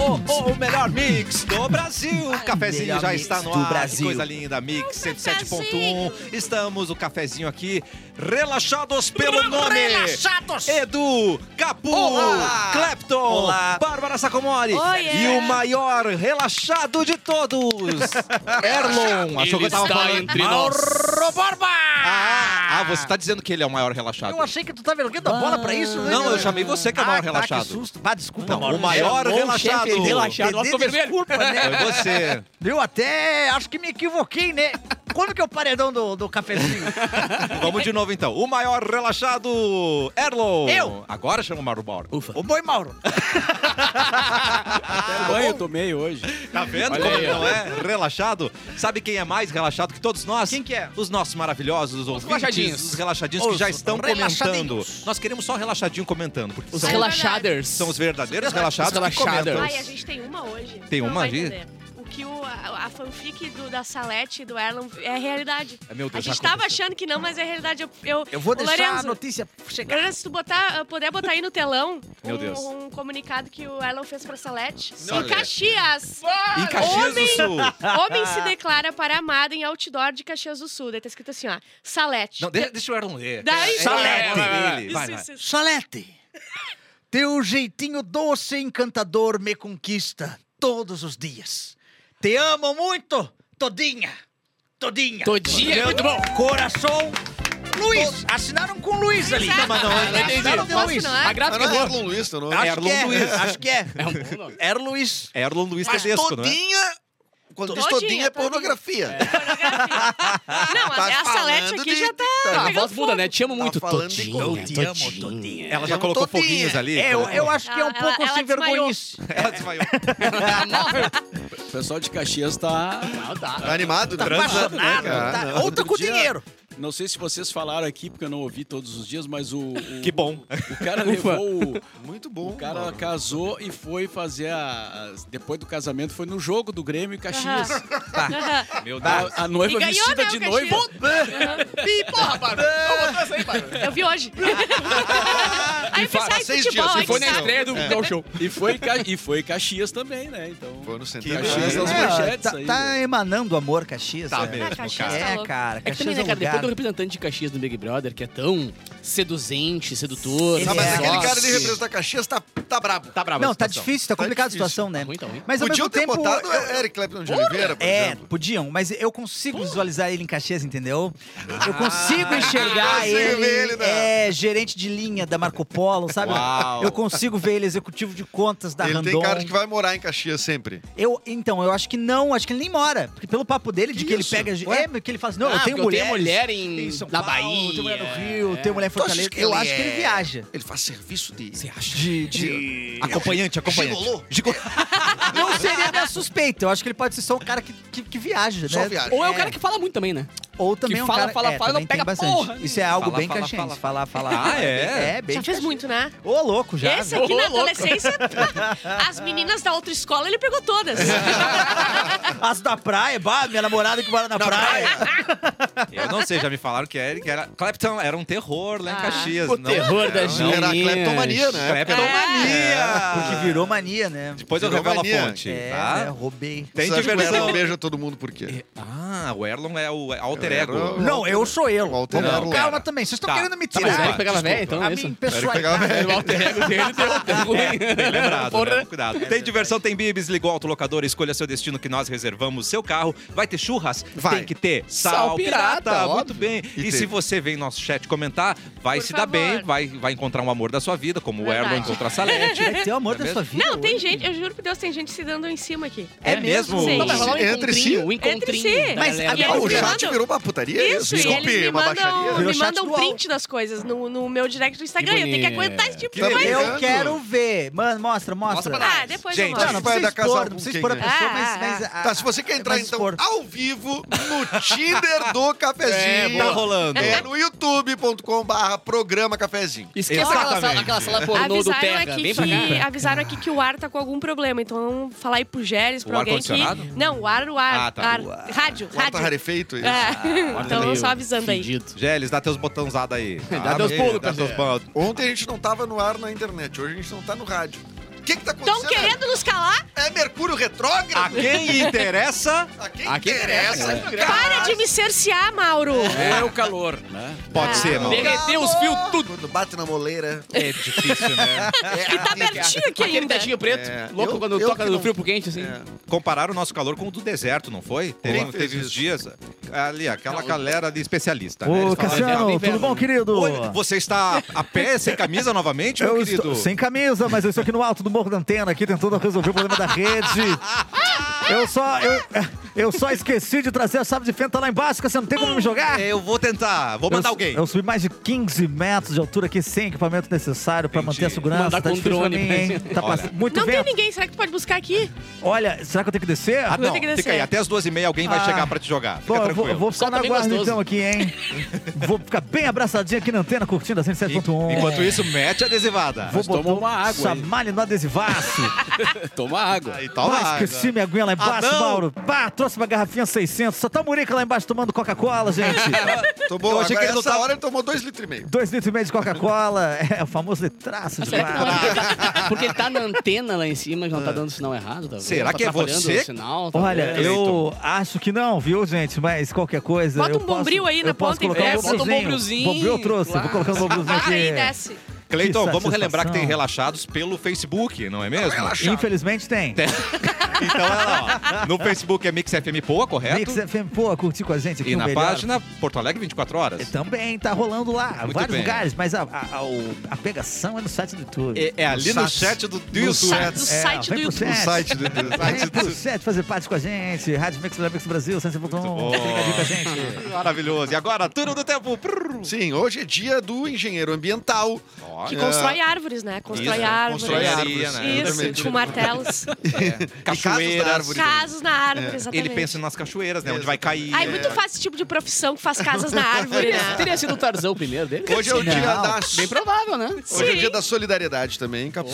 oh, oh, o melhor mix do Brasil. O cafezinho melhor já mix está no do ar. Que Brasil. coisa linda, mix É um 107.1. Estamos, o cafezinho aqui, relaxados pelo nome. é Relaxados. Edu, Capu, Olá. Clapton, Olá. Bárbara Sacomori Oiê. e o maior relaxado de todos, Erlon. Achou que eu tava está falando entre mal? nós. Borba! Ah, ah, você tá dizendo que ele é o maior relaxado. Eu achei que tu tava erguendo a bola pra isso, né? Não, eu chamei você que é o maior Ah, tá, relaxado. que susto. Ah, desculpa, Não, Mauro. o maior É bom, relaxado. chefe, Relaxado, Dedê, lá ficou vermelho. Desculpa, Foi né? É você. Eu até acho que me equivoquei, né? Quando que é o paredão do, do cafezinho? Vamos de novo então. O maior relaxado, Erlon. Eu. Agora chama o Mauro Bora. o boi Mauro. Até banho eu tomei hoje. Tá vendo Olha como aí, ele ó. não é relaxado? Sabe quem é mais relaxado que todos nós? Quem que é? Os nossos maravilhosos, os ouvintes, relaxadinhos. os relaxadinhos que Os já estão comentando. relaxadinhos. Nós queremos só relaxadinho comentando, porque Os são, Ai, relax- relaxaders. são os verdadeiros relaxados Os que comentam. relaxaders. Ai, é a gente tem uma hoje. Tem Não uma vai ali? entender. O que o, a, a fanfic do, da Salete e do Erlon é realidade. É, meu Deus, a gente já tava aconteceu. achando que não, mas é realidade. Eu, eu, Eu vou o deixar a Lorenzo, notícia chegar. Lorenzo, se tu botar, puder botar aí no telão Meu um, Deus. um comunicado que o Erlon fez pra Salete. Salete. Em Caxias! Em Caxias do Homem- Sul. Homem se declara para amada em outdoor de Caxias do Sul. Daí tá escrito assim, ó. Salete. Não, deixa, deixa o Erlon ler. Daí- É Salete. Vai, vai, vai. Ele, Isso, vai, vai. isso, isso. Salete, teu jeitinho doce e encantador me conquista todos os dias. Te amo muito, todinha. Todinha. Todinha é muito bom. Coração. Luiz. Assinaram com Luiz ali. Não, mas não, eu não Assinaram entendi. com Luiz. Posso, não é? A Mas não gráfica é boa. Erlon Luiz, teu nome. Acho Erlon que é. Luiz. Acho que é. É um bom nome. Era Luiz. Erlon Luiz Mas Tedesco, não é? todinha, quando diz Todinha, todinha é todinha. pornografia. Não, Tá a, a Salete falando aqui de- já tá. tá, pegando a voz muda, fogo. né? Te amo muito. falando de- Todinha, Eu te amo, todinha. Todinha. Ela já Eu colocou todinha. foguinhos ali. Eu, eu acho que é um Ela- pouco ela sem desmaiou. vergonhice. Ela é? desmaiou. Ah, O pessoal de Caxias tá... Não, Tá animado, né? Apaixonado. É, Cara, tá- não. Ou tá com Outro dia- dinheiro. Não sei se vocês falaram aqui, porque eu não ouvi todos os dias, mas o... o- Que bom. O cara levou... o- Muito bom. O cara mano. casou e foi fazer a... a- Depois do casamento, foi no jogo do Grêmio e Caxias. Tá. Meu Deus. A, a noiva E ganhou, vestida né, de o noiva. Ih, porra, É. Eu vi hoje. Aí eu pensei, ai, seis futebol, dias, ai, e que foi na saco. estreia do Gal Show. É. E foi, em Ca- e foi em Caxias também, né? Então... Foi no Que centenário. Caxias, Caxias, É. as manchetes tá, aí, tá né? emanando amor, Caxias. Tá é. mesmo, Ah, Caxias cara. tá É, louco. cara. É que também, Caxias né, é um cara, depois lugar. do representante de Caxias no Big Brother, que é tão seduzente, sedutor. Ele Não, mas É. aquele cara de ali representa Caxias, tá, tá brabo. Tá bravo. a Não, tá situação. difícil, tá complicada a difícil. situação, né? Muito ruim. Mas ao Podiam mesmo ter tempo. botado é, Eric Clapton de Oliveira, por É, exemplo. podiam, mas eu consigo visualizar ele em Caxias, entendeu? Eu consigo enxergar consigo ele, ver ele na- é gerente de linha da Marco Polo, sabe? Uau. Eu consigo ver ele executivo de contas da Ele Randon. tem cara de que vai morar em Caxias sempre. Eu, então, eu acho que não, acho que ele nem mora, porque pelo papo dele de que ele pega, é, que ele fala assim, não, Ah, eu porque tenho mulher, mulher em, São na Paulo, Bahia. tenho mulher no Rio, tenho mulher em Fortaleza. que Eu ele é. Então, acho que ele é- viaja. Ele faz serviço de... De, de... Acompanhante, acompanhante. Gigolô? Gigolô. Não seria minha suspeita. Eu acho que ele pode ser só um cara que, que, que viaja, Só né? viaja. Ou é o cara que fala muito também, né? Ou também Que um fala, cara... fala, é, fala, também não tem pega bastante. porra. Isso é algo Fala, bem fala, caxiense. fala, Falar, falar. Ah, é? É, bem Já fez muito, né? Ô, louco, já. Esse é né? aqui na Ô, louco. adolescência, as meninas da outra escola, ele pegou todas. As da praia, bah, minha namorada que mora na, praia. Eu não sei, já me falaram que era, que era Clapton, era um terror lá em Ah. Caxias. O não, é terror da não, gente. Era a cleptomania, né? Cleptomania! É, Porque virou mania, né? É. Depois eu Virou revelo a mania. fonte, É, né? tá? roubei. Tem Você acha que o diversão. Erlon beija todo mundo por quê? Ah, o Erlon é o alter Eu ego. era- Não, eu sou eu. O Walter Não, Erlo calma era. também. Vocês estão Tá. querendo me Tá, Mas tirar era que pegava velha, então a é minha isso. pessoalidade. Era O alter ego dele deu deu Bem ruim. lembrado, né? Porra. né? Cuidado. Tem diversão, tem bibis, liga o autolocador, escolha seu destino que nós reservamos seu carro. Vai ter churras? Vai. Tem que ter sal, Sal pirata. pirata, Muito óbvio. bem. E, E se teve. você vem em nosso chat comentar, vai Por se dar bem, favor. vai, vai encontrar um amor da sua vida, como o Verdade. Erlon encontra a Salete. Vai ter o é amor da mesmo? sua vida. Não, tem hoje. gente, eu juro por Deus, tem gente se dando em cima aqui. É mesmo? Sim. Não, vai rolar um Entre si. encontrinho, um Entre encontrinho. si. da Mas galera. a- E Ah, o eles me chat mandam- virou uma putaria? Isso, e eles me um- Desculpe, é uma mandam, baixaria. Virou me chat mandam do UOL. print das coisas no, no meu direct do Instagram. Que Eu tenho que bonito. aguentar esse tipo de Tá coisa. Eu brincando? quero ver. Mano, mostra, um. mostra. Ah, depois Gente, eu Não, mostro. não Vai precisa dar casal expor, com não precisa quem, expor a né? pessoa, Ah, mas... ah, mas a- Tá, se você a- quer entrar, mas então, expor. ao vivo, no Tinder do Cafezinho. tá rolando. É no youtube.com barra programa cafezinho. Esqueça aquela Exatamente. sala, aquela sala pornô do Avisaram Terra. aqui, Vem pra cá. que, avisaram aqui que o ar tá com algum problema, então vamos falar aí pro Gélis, O pra alguém que... ar-condicionado? Não, o ar, o ar, Ah, tá. ar. O rádio, O ar tá rádio. rarefeito? isso? É. Então Tá Meio vamos só avisando aí. fedido. Gélis, dá teus botãozados aí. Dá teus pulos, dá teus Pedro. pulos. Ontem a gente não tava no ar na internet, hoje a gente não tá no rádio. que que tá Estão acontecendo? querendo nos calar? É Mercúrio A retrógrado? quem interessa. A quem a quem interessa? interessa, é Para de me cercear, Mauro. É o calor, né? Ah, Pode ser, Mauro. Derreteu os fios tudo. Quando bate na moleira. É difícil, né? É, E tá abertinho aqui Aquele ainda. tetinho preto, É, louco eu- quando eu toca que do não- frio pro quente, assim. Compararam o nosso calor com o do deserto, não foi? Teve, Quem fez teve uns isso? dias. Ali, aquela galera de especialista. né? Ô, Eles falaram, assim, "Ah, Cassiano, inverno. tudo bom, querido? Oi, você está a pé, sem camisa novamente, meu Eu um querido? estou sem camisa, mas eu estou aqui no alto do morro da antena, aqui tentando resolver o problema da rede. Eu só, eu, eu só esqueci de trazer a chave de fenda tá lá embaixo, que você não tem como me jogar. É, Eu vou tentar, vou mandar eu, alguém. Eu subi mais de 15 metros de altura aqui sem equipamento necessário pra Entendi. manter a segurança. Mandar tá com difícil pra drone, mim, né? hein? Tá Olha. passando muito Não tem vento. ninguém, será que tu pode buscar aqui? Olha, será que eu tenho que descer? Ah, Vou não, ter que descer. fica aí. Até as duas e meia alguém vai Ah. chegar pra te jogar. Fica Bom, eu vou, tranquilo. eu vou ficar Só na tá bem guarda gostoso. então aqui, hein? vou ficar bem abraçadinho aqui na antena, curtindo a En- 107.1. Enquanto isso, mete a adesivada. Vou Mas toma uma água aí. chamalho no adesivaço. Toma água. Aí tá toma Mas água. esqueci minha aguinha lá embaixo, Ah, não. Mauro. Pá, trouxe uma garrafinha 600. Só tá o Murica lá embaixo tomando Coca-Cola, gente. Tomou, Eu achei que agora ele não essa tava- hora ele tomou dois litros e meio. Dois litros e meio de Coca-Cola. É, o famoso litraço de Será que lá. não é? Porque ele tá na antena lá em cima, já não tá dando sinal errado, talvez. Será Tá que é atrapalhando você? o sinal, tá Olha, talvez. eu acho que não, viu, gente? Mas qualquer coisa. Bota eu um posso- bombril aí né? na eu posso ponta e colocar desce. um Bota um bombrilzinho. bombrilzinho, Bombril eu trouxe. claro. Vou colocar um bombrilzinho Barra Ah, aí, aqui. desce. Cleiton, Que vamos relembrar que tem satisfação. relaxados pelo Facebook, não é mesmo? Infelizmente tem. Então, olha lá, ó. no Facebook é Mix FM Poa, correto? Mix FM, pô, curtir com a gente aqui e o na melhor. página Porto Alegre 24 horas. Também tá rolando lá, Muito vários bem. lugares, mas a, a- a- o- a pegação é no site do YouTube. É, é ali No no site. chat do, do No YouTube. site. Do É, site do vem pro YouTube. chat. site do Vem pro chat fazer parte com a gente. Rádio Mix, Mix Brasil, 100.1. bom. Fica aqui com a gente. Maravilhoso. E agora, turno do tempo. Prrr. Sim, hoje é dia do engenheiro ambiental. Ó, Que É. constrói árvores, né? Constrói Isso, árvores. constrói areia, né? Isso, Exatamente. com martelos. casos da árvore. é. cachoeiras. Casas na árvore, exatamente. Ele pensa nas cachoeiras, né? Onde vai cair. Ah, é muito fácil esse tipo de profissão que faz casas na árvore, Teria, né? teria sido o Tarzão o primeiro dele? Hoje é o dia Não. da. Bem provável, né? Hoje é o Sim. dia da solidariedade também, Capu.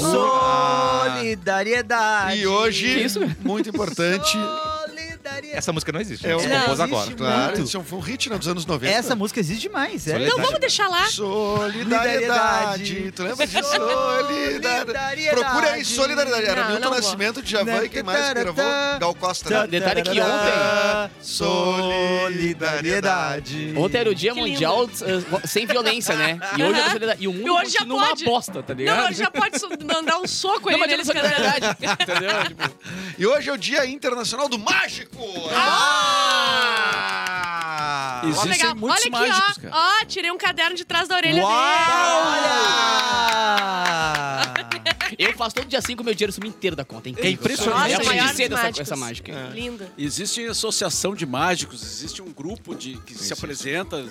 Solidariedade. E hoje, muito importante, Solidariedade. Essa música não existe. É É o- o Não, compôs agora. existe. claro, Muito. isso foi um hit né, dos anos 90. Essa música existe demais, é. Solidariedade. Então vamos deixar lá. Solidariedade. Tu lembra de solidariedade? Solidariedade. Procura aí solidariedade. Era Não, Milton não vou. Nascimento, Djavan e quem mais que gravou? Gal Costa. né? Detalhe que ontem- Solidariedade. Ontem é era o Dia Que Mundial eh, Sem Violência, né? E hoje é da solidariedade. E o mundo E hoje já continua uma pode. bosta, tá ligado? Não, ele já pode so- mandar um soco ali Não, mas ele neles, é cara. solidariedade, entendeu? Tipo, E hoje é o Dia Internacional do Mágico. Ah! Existe- Existem Legal. Olha muitos aqui, mágicos, ó. cara. Ó, tirei um caderno de trás da orelha dele. Olha! eu faço todo dia 5 meu dinheiro sumi inteiro da conta. É incrível. É impressionante. Eu Nossa, aprendi maior cedo dos essa, mágicos. essa mágica. hein? Lindo. Existe associação de mágicos, existe um grupo de, que se apresenta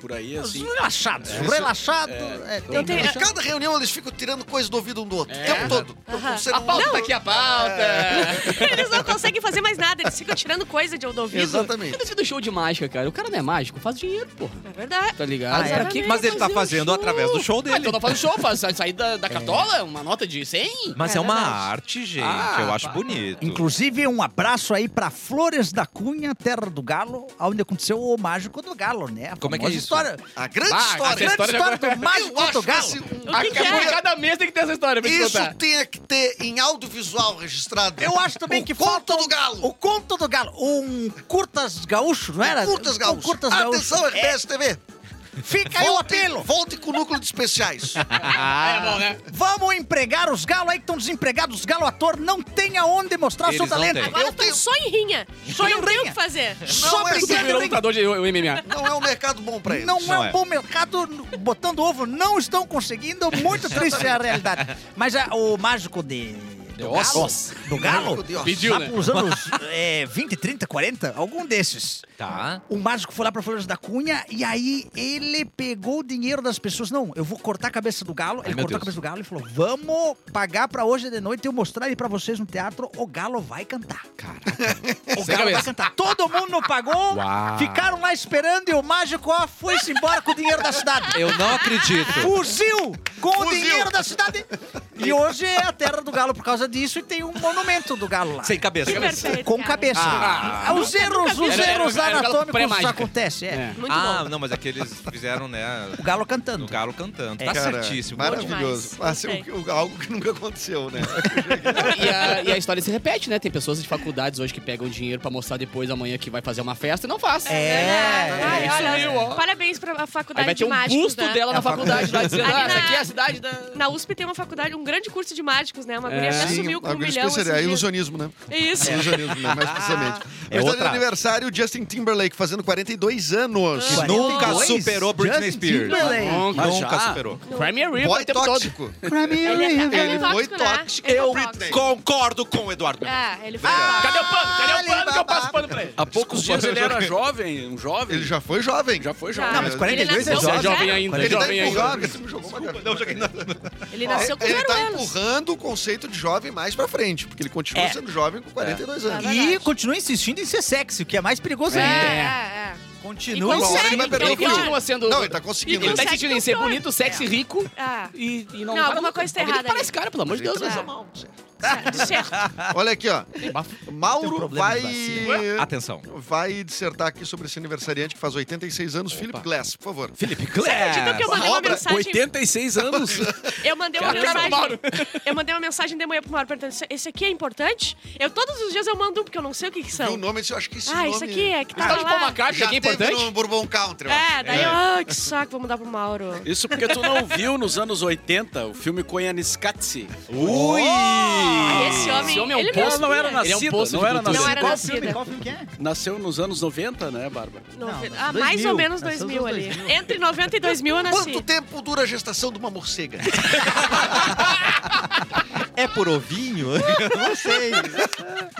por aí, assim. é Relaxados, relaxado. É, tem Eu tenho- Em cada reunião eles ficam tirando coisa do ouvido um do outro. O É. tempo todo. Como ser A um- pauta aqui, a É. pauta. Eles não conseguem fazer mais nada, eles ficam tirando coisa de do é ouvido. Exatamente. Esse do um show de mágica, cara. O cara não é mágico, faz dinheiro, porra. É verdade. Tá ligado? Ah, é? Pra que Mas ele tá fazer fazendo um show? através do show Ah, dele. então não faz o show, faz sai- sair da, da cartola, uma nota de 100. Mas É é, uma verdade. arte, gente. Ah, eu acho pá. bonito. Inclusive, um abraço aí pra Flores da Cunha, terra do Galo, onde aconteceu o Mágico do Galo, né? A Como é que é famosa isso? História, A grande Ah, a história. grande história já- história um do Mágico Eu acho do Galo. esse- O que que Acabou, é? cada mês tem que ter essa história pra te Isso contar. tem que ter em audiovisual registrado. Eu acho também o que conto falta um- do galo. O conto do galo. Um curtas gaúcho, não era? Curtas Um gaúcho. curtas gaúcho. É, Atenção, RBS TV. Fica aí o um apelo. Volte com o núcleo de especiais. Ah, é bom, né? Vamos empregar os galos aí que estão desempregados. Os galo ator não tem aonde mostrar Eles seu não talento. têm. Agora Eu estão tenho- só em rinha. Só em não tem o rinha. que fazer. Só Não é Tu brigando virou em- lutador de o- o MMA. Não é um mercado bom pra eles. Não, Não é é. um bom mercado, n- botando ovo, não estão conseguindo, muito triste é a realidade. Mas a- o mágico de. Do galo, ossos. do galo, Mágico de ossos. Pediu, lá né? pros anos é, 20, 30, 40, algum desses. Tá. O mágico foi lá pra Flores da Cunha e aí ele pegou o dinheiro das pessoas. Não, eu vou cortar a cabeça do galo. Ele meu Deus. cortou a cabeça do galo e falou: Vamos pagar pra hoje de noite eu mostrar aí pra vocês no teatro. O galo vai cantar. Caraca. O Sem galo vai cabeça. cantar. Todo mundo não pagou. Uau. Ficaram lá esperando e o mágico ó, foi-se embora com o dinheiro da cidade. Eu não acredito. Fugiu com o Fuzil. dinheiro da cidade. E hoje é a terra do galo por causa disso e tem um monumento do galo lá. Sem cabeça. Que perfeito, Com cara. cabeça. Ah. os erros, os Era- era- erros era- era anatômicos pré-mágica. acontecem. é. É. Muito Ah, bom. não, mas é que eles fizeram, né? O galo No cantando. galo cantando. É. Tá Cara, certíssimo. Maravilhoso. Bom demais. Ah, se- o- o- algo que nunca aconteceu, né? E a, e a história se repete, né? Tem pessoas de faculdades hoje que pegam dinheiro pra mostrar depois amanhã que vai fazer uma festa e não faz. É. Ai, isso olha, aí, ó. parabéns pra a faculdade Aí vai ter de um mágicos, busto né? dela na faculdade, lá dizendo, ah, Ali na- essa aqui é a cidade da... Na USP tem uma faculdade, um grande curso de mágicos, né? Uma guria É. até Sim, sumiu com um Assim, algo milhão esses especial. É dias. ilusionismo, né? Isso. Ilusionismo, né? Mais precisamente. É Mas tá de outra. aniversário, Justin Timberlake, fazendo 42 anos. Que nunca 42? superou Britney Justin Spears. Timberlake. Nunca Ah, Mas já? superou. Crime River Boy o tempo todo. tóxico. Ele, ele, Ele foi foi É tóxico, tóxico. né? Ele Eu- foi tóxico. Concordo com o Eduardo. É, ele foi tóxico. Cadê o pano? Cadê o pano que eu passo pano pra ele? Há poucos dias ele era jovem, um jovem. Ele já foi jovem. já foi Já. jovem. Não, mas 42 é Ele nasceu jovem. Você é jovem zero. ainda, Ele tá jovem ainda. empurrando. Ele me jogou uma garfada. Ele nasceu com Ele zero tá anos. empurrando o conceito de jovem mais pra frente, porque ele continua É. sendo jovem com 42 anos. É E verdade. continua insistindo em ser sexy, o que é mais perigoso É, ainda. é, é. Continua E em ser. consegue. ele vai perder Ele o fio. continua sendo... Não, ele tá conseguindo. Ele tá Consegue né? insistindo em ser cantor. bonito, sexy, rico Ah, e, e Não, não... para alguma nunca. coisa tá Alguém errada para aí. esse cara, pelo amor de Deus. Ele né? transa Ah. mal, não sei. certo, certo. Olha aqui, ó. Tem Mauro problema vai. de vacina. Atenção. Vai dissertar aqui sobre esse aniversariante que faz 86 anos, Philip Glass, por favor. Felipe Acredita que eu Glass. mandei uma Obra, mensagem... 86 anos. Eu mandei uma Cara, cara, mensagem. Mauro. Eu mandei uma mensagem de manhã pro Mauro perguntando: "Isso- esse aqui é importante? Eu todos os dias eu mando um, porque eu não sei o que, que Viu o são. nome, eu disse, eu acho que esse ah, nome... isso aqui é que Tá tava de Paul lá. McCartney, Já aqui é teve importante. no Bourbon Country. eu acho. É, daí eu, ah, que saco, vou mandar pro Mauro. Isso porque tu não viu nos anos 80 o filme com Yaniscatsi. é um Ui! Esse homem, Esse homem é um ele me poço, Ela não era inspira. Ele é um nascida, poço não de era cultura. nascida. Não era Qual filme? nascida. Qual filme que é? Nasceu nos anos 90, né, Bárbara? Nove- Não, ah, mais 2000, ou menos nasceu 2000 nos ali. 2000. Entre 90 e 2000 eu nasci. Quanto tempo dura a gestação de uma morcega? É por ovinho? Não sei.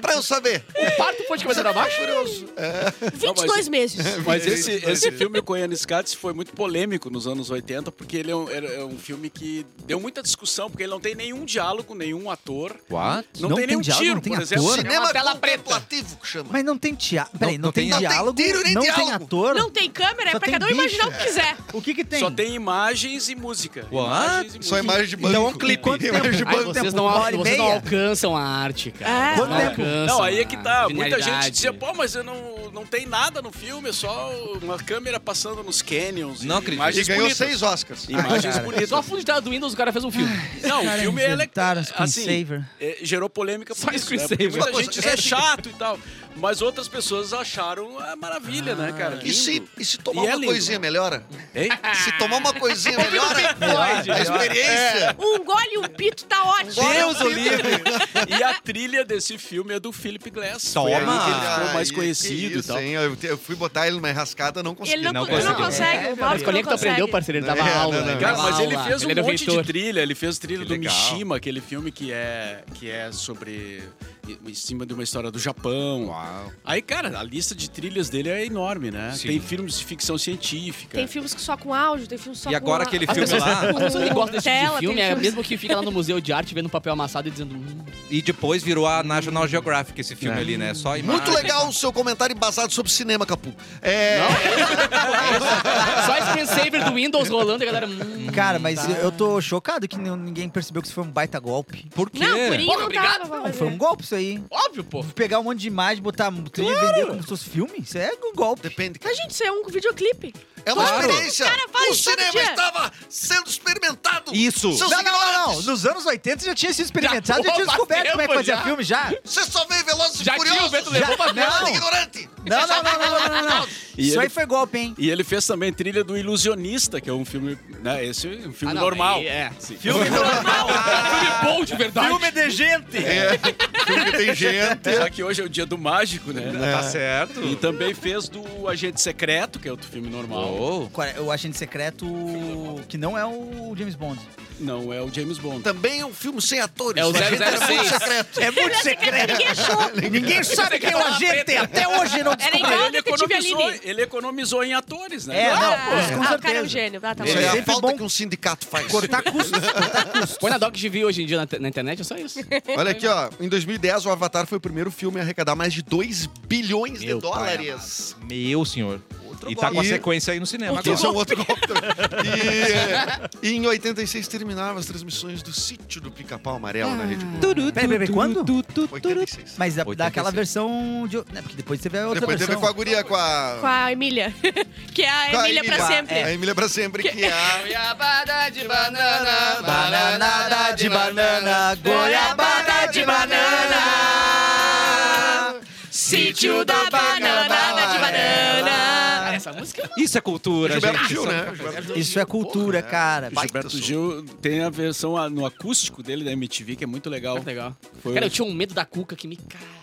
pra eu saber. O parto pode começar a baixo? Curioso. É. 22 meses. Mas esse, esse filme com Yaniscatsi foi muito polêmico nos anos 80, porque ele é um, era- é um filme que deu muita discussão, porque ele não tem nenhum diálogo, nenhum ator. What? Não, Não tem, tem nenhum diálogo, tiro, não tem por exemplo. ator. É uma tela preta. contemplativo que chama. Mas não tem teatro. Peraí, Não- não, não tem, tem- diálogo, não tem tiro nem tem diálogo. ator. Não tem câmera, Só é pra tem cada um imaginar o bicho. que quiser. O que que tem? Só tem imagens e música. What? Imagens e Só música. imagem de banco. Então é um clipe. Quanto Imagem tempo? de Ai, banco. vocês tempo, não, uma hora e vocês não meia? alcançam a arte, cara. Ah. Vocês Quanto tempo? alcançam Não, aí é que tá. a Muita gente genialidade. dizia, pô, mas eu não, não tem nada no filme, é só uma câmera passando nos canyons. Não e acredito. E Imagens ganhou bonitas. seis Oscars. Imagens Só a bonitas. fundo de tela do Windows o cara fez um filme. Não, o Cara, filme é legal. inventaram Assim, screensaver. é, gerou polêmica por Só isso, né? Porque screensaver. muita Uma gente coisa, diz, é ética. chato e tal. Mas outras pessoas acharam a maravilha, né, cara? E se, Lindo. e se tomar E é uma lindo. coisinha melhora? Hein? Se tomar uma coisinha melhora, a experiência. Um gole e um pito tá ótimo. Deus o livre! E a trilha desse filme é do Philip Glass. Toma! Foi aí que ele ficou mais Aí, conhecido ah, que e isso, tal. hein? Eu, te- eu fui botar ele numa enrascada, não consegui. Ele não, Não co- não conseguiu. consegue. o Mauro Mas quando é que tu não consegue. aprendeu, parceiro? Ele dava É, aula. né? não, não. ele é Cara, dava mas ele aula. fez um era monte de inventor. trilha. Ele fez trilha Que do legal. Mishima, aquele filme que é, que é sobre... Em cima de uma história do Japão. Uau. Aí, cara, a lista de trilhas dele é enorme, né? Sim. Tem filmes de ficção científica. Tem filmes que só com áudio, tem filmes só E com agora aquele As filme pessoas, lá. as pessoas que gostam desse tipo Tela, tem de filme é filmes- mesmo que fica lá no museu de arte vendo um papel amassado e dizendo. "Hum, E depois virou a National Geographic esse filme ali, né? Só imagem. É. Muito legal o seu comentário embasado sobre cinema, Capu. É, Só screensaver do Windows rolando e a galera. "Hum, Cara, mas eu- eu tô chocado que n- ninguém percebeu que isso foi um baita golpe. Por quê? Não, por Porra, não obrigado. tava. pra Não, foi um fazer. golpe isso aí. Óbvio, pô. Pegar um monte de imagem, botar trilha e vender como se fosse filme? Isso é um golpe. depende, cara. Mas, gente, isso é um videoclipe. É uma Claro. experiência. Os caras fazem o todo cinema dia. estava sendo experimentado. Isso. Seus Não, não, não, não. ignorantes. Nos anos 80 já tinha sido experimentado, Já- já, tinha Opa, descoberto como é que tempo fazia já. filme já. Você só veio Velozes Já e tinha, Furiosos. o vento levou pra Já- Nada não. ignorante. Não, não, não, não, não, não, não. E Isso ele- aí foi golpe, hein? E ele fez também trilha do Ilusionista, que é um filme. Né, esse é um filme Ah, não, normal. aí é. Sim. Filme normal. filme bom de verdade. de gente. É, filme que tem gente. Já que hoje é o dia do mágico, né? Tá certo. E também fez do Agente Secreto, que é outro filme normal. Oh. Uou. é O agente secreto que não é o James Bond. Não, é o James Bond. Também é um filme sem atores. É o A gente é 006. muito secreto. É muito secreto. Ninguém sabe quem é o agente. Até hoje não Era descobriu. igual o Ele Detetive economizou, Aline. ele economizou em atores, né? É, não, ah, pô, com ah, o cara é um certeza. gênio. Ah, tá Isso Ele é bom. a sempre falta bom. que um sindicato faz. Cortar custos. Põe na Doc GV hoje em dia na, na internet, é só isso. Olha aqui, ó. Em 2010, o Avatar foi o primeiro filme a arrecadar mais de 2 bilhões de Meu pai dólares. Meu senhor. E tá com a golpe. sequência aí no cinema Esse é agora. um outro golpe. também. E, é, e em 86 terminava as transmissões do Sítio do Pica-Pau Amarelo na Rede Globo. Peraí, peraí, peraí, quando? 86. Mas da, 86. daquela versão de. né, porque depois teve a outra Depois teve versão. com a guria, com a... Com a Emília. que é a com a Emília pra sempre. É, a Emília pra sempre, que é a... Goiabada de banana, Bananada de banana, goiabada de banana. Sítio da banana, de banana. Ah, essa música Isso é cultura, Gilberto gente. Gil, Isso é- né? Gilberto Gil. né? Isso é cultura, cara. Baita Gilberto som. Gil tem a versão a- no acústico dele da MTV, que é muito legal. é legal. Foi- Cara, eu tinha um medo da Cuca que me... Cara,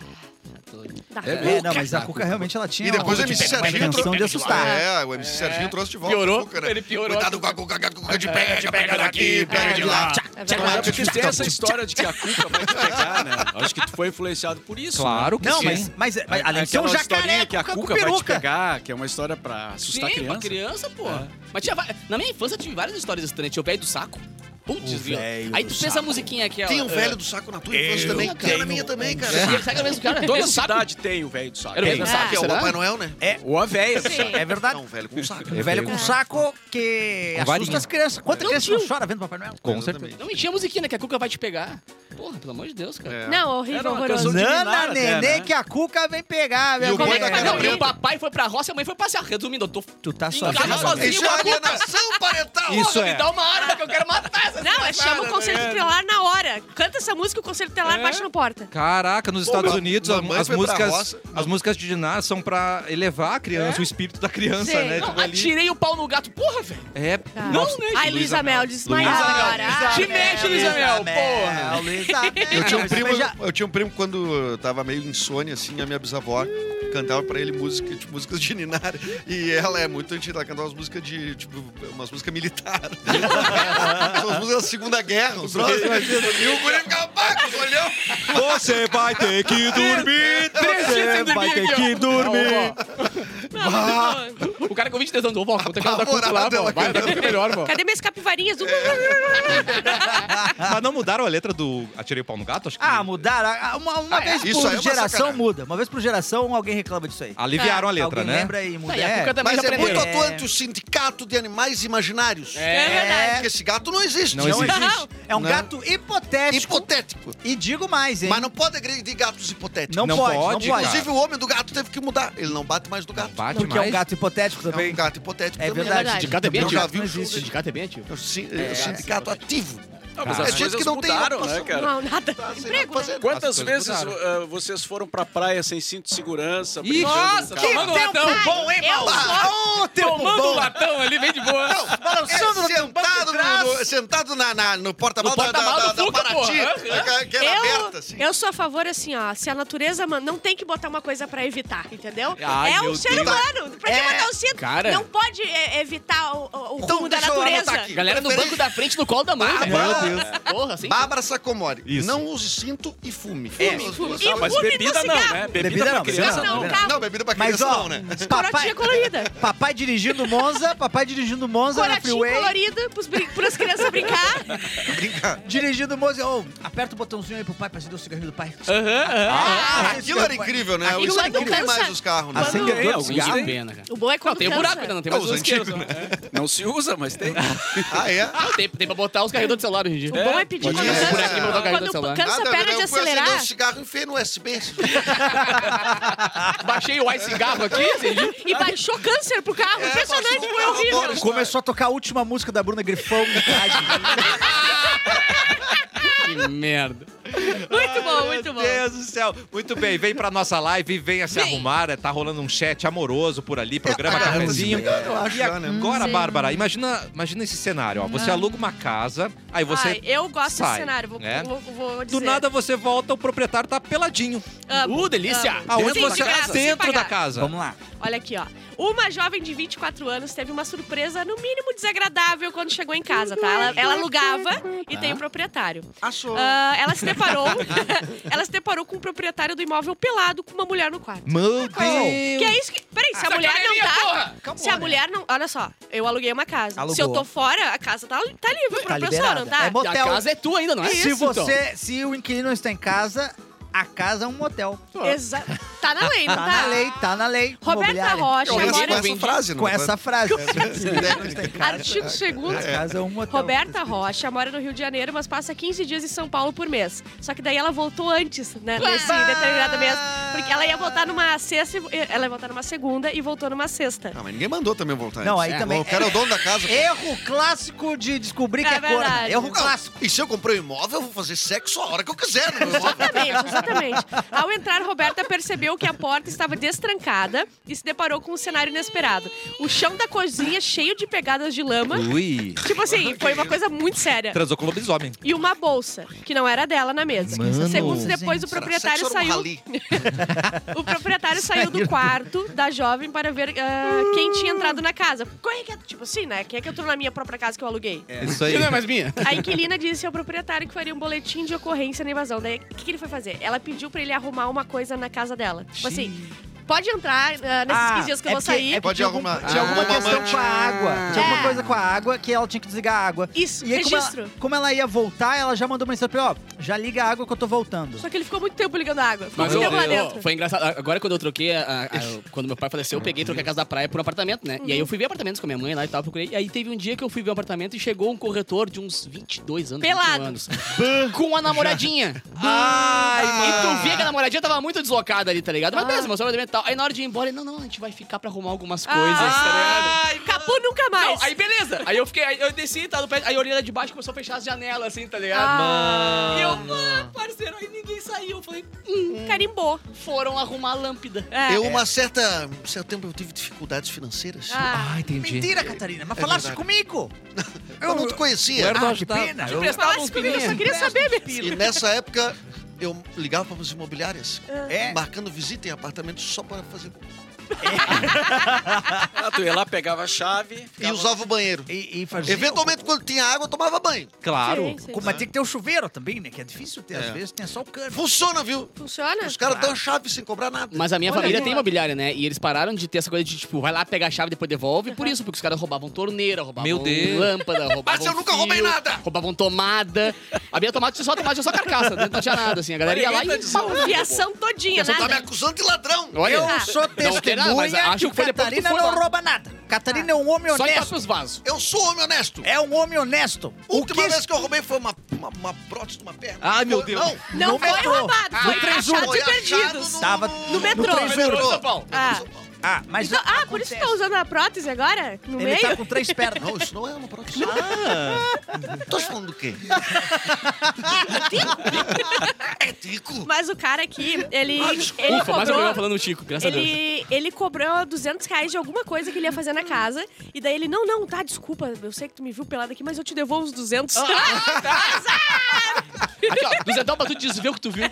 Tá. É, não, mas a Cuca realmente ela tinha E depois uma- o MC uma Serginho intenção de assustar. É, o MC Serginho trouxe de volta. Piorou, a Cuca, né? ele piorou. Coitado com a cuca, a cuca É, de pega, pega daqui, pega de lá. É Mas é verdade. porque tem essa história de que a Cuca vai te pegar, né? Acho que tu foi influenciado por isso. né? Claro que Não, sim. mas, mas, mas além de ser um É, Aquela jacaré historinha que a com Cuca vai te peruca. pegar, que é uma história pra assustar Sim, criança. pra criança, pô. Mas tinha, va- na minha infância eu tive várias histórias estranhas. Tinha o velho do saco. Putz, viu? velho Aí do tu fez a musiquinha aqui, ó. Tem um velho do saco na tua infância também, que era na minha também, cara. Sabe que era o mesmo cara? Toda Era do saco? cidade tem o velho do saco. Era o velho do Tem. saco, Que é o será? Papai Noel, né? Ou a véia do saco. Sim. É verdade. Não, velho, com saco. Um velho com saco que Com assusta varinha. as crianças. Quanta Não, criança não tio. chora vendo Papai Noel? Com certeza. Não, e tinha a musiquinha, né? Que a Cuca vai te pegar. Porra, pelo amor de Deus, É. cara. Não, horrível, Era uma horroroso. canção de Nana, Nara até, neném, né? que a Cuca vem pegar. E o meu boi bem. da Ah, cara não, e o preta. papai foi pra roça e a mãe foi passear. Resumindo, eu tô... Tu tá Em casa sozinho. sozinho. Isso é alienação parental. Isso Porra, é. me dá uma arma que eu quero matar essa Não, é chama o concerto telar na hora. Canta essa música, o concerto telar bate na porta. Caraca, nos Pô, Estados ma- Unidos mamãe as foi pra músicas, roça. as músicas de Diná são pra elevar a criança, o espírito da criança, Sim. né? Não, Tipo, ali- atirei o pau no gato. Porra, velho. É, Não, né? A Elisa Mel desmaiada Luísa Mel. Ah, agora. Te mexe, Luísa Mel, porra. Luísa Eu tinha, um Mel. primo, Mas já- eu tinha um primo quando eu tava meio insônia, assim, a minha bisavó cantava pra ele música, tipo, músicas de Ninar. E ela é muito antiga, ela cantava umas músicas de, tipo, umas músicas militares. umas músicas da Segunda Guerra, uns troços. E o guri ficava pá, com o olhão. Você vai ter que dormir, você vai ter que dormir. Não, O cara Tá com 23 anos, ô, vó, conta aquela da Cuca lá, Apavorada vó. ela Vai, da Cuca é melhor, vó. Cadê minhas capivarinhas? Mas não mudaram a letra do Atirei o Pau no Gato? Acho que Ah, mudaram. Ah, Uma, uma vez Isso aí é por uma geração sacanagem. muda. Uma vez por geração alguém reclama disso aí. Tá, aliviaram a letra, alguém né? lembra e muda. Não, e a É. Cuca também Mas já é muito aprendeu. atuante o Sindicato de Animais Imaginários. É verdade. Porque esse gato não existe. Não Não existe. existe. É um Não. gato hipotético. Hipotético. E digo mais, hein? Mas não pode agredir gatos hipotéticos. Não, Não pode, pode, não pode. cara. Inclusive, o homem do gato teve que mudar. Ele não bate mais do gato. Bate Porque é um mais. gato hipotético É também. um gato hipotético É também. verdade. verdade. Sindicato é bem Eu já ativo. vi um show desse- Sindicato é bem ativo. É o sin- é o sindicato ativo. Não, mas Cara. as É coisas gente que não tem mudaram, né, ocupação. cara? Não, nada. Tá sem Emprego, fazer né? Quantas As coisas vezes uh, vocês foram pra praia sem cinto de segurança? Ih, brincando no nossa, carro? tomando latão. bom, hein, Eu Ô, tempo Tomando bom. latão ali, vem de boa. Balançando É, no sentado, banco de no, graça. no- sentado na, na- no porta-malas No da, porta-malas da, do da, da Fuca, Paraty, porra. que- que era aberta, assim. eu, eu sou a favor, assim, ó. Se a natureza manda, não tem que botar uma coisa pra evitar, entendeu? Ai, é o meu ser Deus. humano. Pra que É, botar o cinto? cara. Não pode é, evitar o, o- o Então rumo da deixa eu anotar natureza. aqui. Ah, Galera no banco da frente, no colo da mãe, velho. Porra, assim. Bárbara Sacomori, Isso. não use cinto e fume. E Fume. fume Mas no bebida não, cigarro. né? Bebida Bebida não, bebida pra Não, criança não, não, né? carro. Não, bebida pra Mas, criança ó, não, né? papai, Corotinha colorida. papai dirigindo Monza, papai dirigindo Monza na Coratinho freeway. colorido pros, brin- pras crianças brincar. Brincar. Dirigindo Monza, ô, aperta o botãozinho aí pro pai pra acender o cigarrinho do pai. Ah, aquilo era incrível, né? Aquilo Hoje lá não não tem cansa. mais os carros, né? Assim Quando- que Tem eu alguns de pena, cara. O bom é Não, quando tem um cansa. buraco ainda, não tem Não, mais os uns antigos, quilos. né? Não se usa, mas tem. Ah, é? Não, tem, tem pra botar os carregadores de celular hoje em dia. O bom é pedir Pode um quando ir. cansa. Por aqui, vou tocar Quando no celular. cansa, Nada, para né? de Eu fui acender acelerar. um cigarro e enfiei no USB. esse Baixei o iCigarro aqui, entendi. E baixou câncer pro carro. Impressionante, É, baixou foi o carro, horrível. Começou a tocar a última música da Bruna Grifão no rádio. Que merda. Muito bom, muito bom. Meu Deus do céu. Muito bem, vem pra nossa live, venha se arrumar. Tá rolando um chat amoroso por ali, programa Ah, cafezinho. eu acho E já, né? agora, Sim. Bárbara, imagina, imagina esse cenário, ó. Você aluga uma casa, aí você... Ai, é, eu gosto sai, desse cenário, vou, né? vou, vou dizer. Do nada você volta, o proprietário tá peladinho. Amo, Uh, delícia. amo. Aonde Sim, de você graça, sem dentro da pagar. casa. Vamos lá. Olha aqui, ó. Uma jovem de 24 anos teve uma surpresa, no mínimo desagradável, quando chegou em casa, tá? Ela, ela alugava e tem o proprietário. Achou. Ah, ela se deparou. ela se deparou com o proprietário do imóvel pelado com uma mulher no quarto. Meu Deus! Que é isso que. Peraí, se a mulher não tá. se a mulher não. Olha só, eu aluguei uma casa. né? Alugou. Se eu tô fora, a casa tá, tá livre Tá pra pessoa, liberada. não tá? É mo- E a Hotel. casa é tua ainda, não é? se isso, então. você, se o inquilino está em casa, a a casa é um motel. Exa- tá na lei, não tá? Tá na lei, tá na lei. Roberta Imobiliária. Rocha, Eu mora com em essa frase, não né? Com é? essa frase. Técnica. Artigo 2 A casa é um motel. Roberta Rocha mora no Rio de Janeiro, mas passa 15 dias em São Paulo por mês. Só que daí ela voltou antes, né? Nesse determinado mês. Porque ela ia voltar numa sexta, e- ela ia voltar numa segunda e voltou numa sexta. Ah, mas ninguém mandou também voltar Não, antes. aí também- O cara é o dono da casa. pô. Erro clássico de descobrir que É é, corno. verdade. Erro clássico. E se eu comprei um imóvel, eu vou fazer sexo a hora que eu quiser. né? no meu imóvel. Exatamente, exatamente. Ao entrar, Roberta percebeu que a porta estava destrancada e se deparou com um cenário inesperado. O chão da cozinha cheio de pegadas de lama. Ui. Tipo assim, foi uma coisa muito séria. Transou com o lobisomem. E uma bolsa, que não era dela na mesa. Mano. Segundos depois, o Será que proprietário sexo era um saiu. rali? O proprietário saiu do quarto da jovem para ver ah, quem tinha entrado na casa. Quem é que, tipo assim, né? Quem é que entrou na minha própria casa que eu aluguei? Isso aí. Que não é mais minha. A inquilina disse ao proprietário que faria um boletim de ocorrência na invasão. Daí, o que, que ele foi fazer? Ela pediu pra ele arrumar uma coisa na casa dela. Tipo assim, pode entrar ah, nesses Ah, 15 dias que eu é vou porque- sair. é porque Pode tinha algum- arrumar. Tinha alguma Ah, questão amante. com a água. Tinha alguma É. coisa com a água que ela tinha que desligar a água. Isso, E aí, como registro. ela, como ela ia voltar, ela já mandou mensagem pra ele, ó, já liga a água que eu tô voltando. Só que ele ficou muito tempo ligando a água. Ficou Mas muito eu- tempo lá eu- dentro. foi engraçado. Agora, quando eu troquei, a- a- eu- quando meu pai faleceu, eu peguei e troquei a casa da praia por um apartamento, né? E aí eu fui ver apartamentos com a minha mãe lá e tal, procurei. E aí teve um dia que eu fui ver um apartamento e chegou um corretor de uns 22 anos, Pelado. 21 anos. com a namoradinha. Ai, E tu via que a namoradinha tava muito deslocada ali, tá ligado? Ah. Mas beleza, mostrou o apartamento e tal. Aí na hora de ir embora, ele, não, não, a gente vai ficar pra arrumar algumas coisas, tá ligado? Ai, Capu nunca Não, mais. aí beleza. Aí eu fiquei, aí eu desci, tá no pé, aí eu olhei lá de baixo e começou a fechar as janelas, assim, tá ligado? Ah, E eu, ah, parceiro, aí ninguém saiu. Eu falei, hum, carimbou. foram arrumar a lâmpada. É. Eu, uma certa... Um certo tempo, eu tive dificuldades financeiras. Ah, entendi. Mentira, Catarina, mas falaste comigo. Eu não te conhecia. Ah, que pena. Eu- Prestava uns falasse comigo, eu só pilinha. queria saber mesmo. E nessa época, eu ligava para as imobiliárias, É. marcando visita em apartamentos só para fazer... Ah, tu ia lá, pegava a chave. E usava o banheiro. E, e fazia- Eventualmente, quando tinha água, eu tomava banho. Claro. Sim, sim. Como- Mas tem que ter o chuveiro também, né? Que é difícil ter, às É. vezes tem só o cano. Funciona, viu? Funciona? Os caras dão chave sem cobrar nada. Mas a minha Olha família aí. tem imobiliária, né? E eles pararam de ter essa coisa de, tipo, vai lá pegar a chave e depois devolve. Por isso, porque os caras roubavam torneira, roubavam Meu Deus. lâmpada, roubavam Mas eu nunca fio, roubei nada. Roubavam tomada. A minha tomada tinha só tomada, tinha só carcaça. dentro Não tinha nada, assim. A galera ia lá e... Ninguém tá dizendo. Fiação todinha, né? Você tá me nada. acusando de ladrão. Olha, Eu sou Não tem nada, mas testemunha acho que o que foi depois que tu Catarina foi não lá. rouba nada. Catarina é um homem Só honesto. entope os vasos. Eu sou homem honesto. É um homem honesto. A última o que vez que eu roubei foi uma, uma, uma prótese de uma perna. Ai, meu Foi- Deus. Não, Não no foi metrô. roubado, Ah, foi no três achado foi e perdido. achado no, Tava No metrô. três Metrô de urgos. São Paulo. Ah, Ah, mas então- ah, por isso que tá acontece. usando a prótese agora? No Ele meio? tá com três pernas. Não, isso não é uma prótese. Tô falando do quê? é tico. Mas o cara aqui, ele, ele Ufa, mais um programa cobrou... falando o Tico, graças a Deus. Ele, ele cobrou 200 reais de alguma coisa que ele ia fazer na casa. E daí ele, não, não, tá, desculpa, eu sei que tu me viu pelado aqui, mas eu te devolvo os 200. Aqui, ó, duzentão pra tu desver o que tu viu.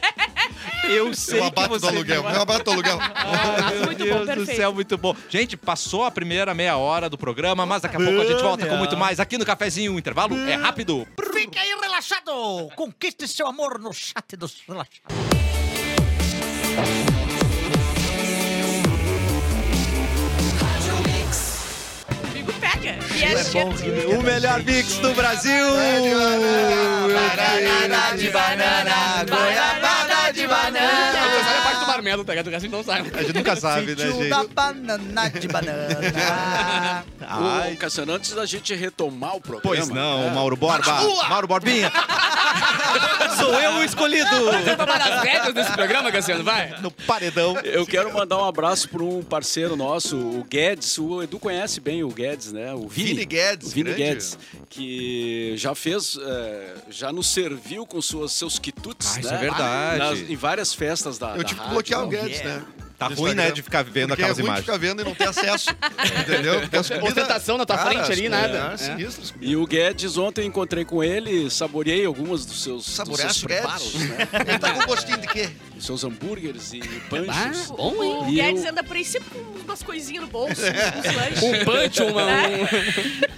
Eu sei Eu que abato você do aluguel. não Eu abato do aluguel. Ah, meu Muito bom, Deus do perfeito. céu, muito bom. Gente, passou a primeira meia hora do programa, mas daqui a pouco a gente volta com muito mais aqui no Cafezinho. O intervalo é rápido. Fica aí relaxado. Conquiste seu amor no chat dos relaxados. Amigo, pega. E é shit. O melhor mix do Brasil. Banana de banana, goiabada de banana. Eu só a parte do marmelo, tá ligado? O resto não sabe. A gente nunca sabe, né, Tio da gente? banana de banana. Ô, Cassiano, antes da gente retomar o programa. né? Pois não, Mauro Borba. Mauro Borbinha. Sou eu o escolhido. Vai trabalhar as regras É desse programa, Cassiano, vai. No paredão. Eu quero mandar um abraço para um parceiro nosso, o Guedes. O Edu conhece bem o Guedes, né? O Vini, Vini Guedes, Vini grande. Guedes, que já fez, eh, já nos serviu com suas, seus quitutes, Ah, né? isso é verdade. Nas- em várias festas da Eu da tive que rádio. bloquear o Guedes, né? Tá No ruim, né, Instagram. de ficar vendo Porque aquelas é ruim de imagens. ficar vendo e não ter acesso. entendeu? Porque as comidas- Ostentação na tua Cara, frente ali, as- nada. É, sinistro. as comidas. E o Guedes, ontem encontrei com ele, saboreei algumas dos seus, dos Saboreasse seus o Guedes? preparos, né? Ele tá com gostinho de quê? Os seus hambúrgueres e panchos. Ah, bom, hein? O E Guedes eu- anda por aí sempre com umas coisinhas no bolso, uns lanches. Um punch, uma, um- uma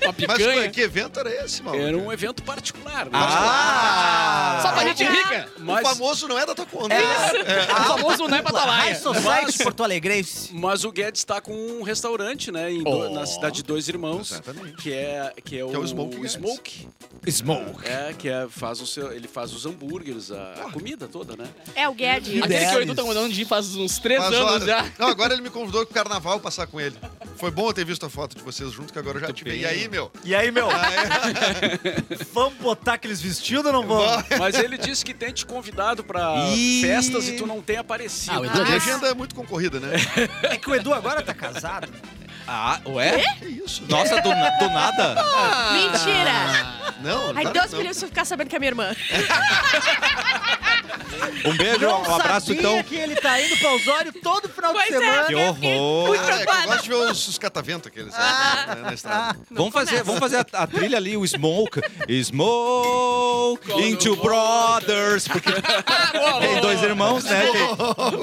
Mas picanha. que evento era esse, Mauro? Era um evento particular. né? Ah! Só pra gente rica. O Mas- famoso não é da tua conta. O famoso não é pra High Society Os porto alegrenses. Mas o Guedes está com um restaurante, né? em do- Ó. na cidade de Dois Irmãos. Oh, Exatamente. Que é, que é, Que é o Smoke Guedes. Smoke. Smoke. É, que é, faz o seu, ele faz os hambúrgueres, a, a comida toda, né? É, o Guedes. Aquele que o Edu Deles. tá mandando de faz uns três Faz anos horas. já. Não, agora ele me convidou pro carnaval passar com ele. Foi bom eu ter visto a foto de vocês junto, que agora eu já tive. E aí, meu? Ah, é. E aí, meu, vamos botar aqueles vestidos ou não vamos? Mas ele disse que tem te convidado para Ih. festas e tu não tem aparecido. Ah, o Edu A minha Andrés. agenda é muito concorrida, né? É que o Edu agora tá casado. Ah, ué? Que isso? Nossa, do, na- do nada? Mentira! Não, Ai, tá- Deus não. me livre se eu ficar sabendo que é minha irmã. Um beijo, Não um abraço, sabia então. que ele tá indo pra Osório todo final Pois de é. semana. Que horror. Ah, é que eu gosto de ver os, os cataventos aqueles Ah. né, na estrada. Vamos fazer, vamos fazer a, a trilha ali, o Smoke. Smoke into brothers. Porque tem dois irmãos, né? Tem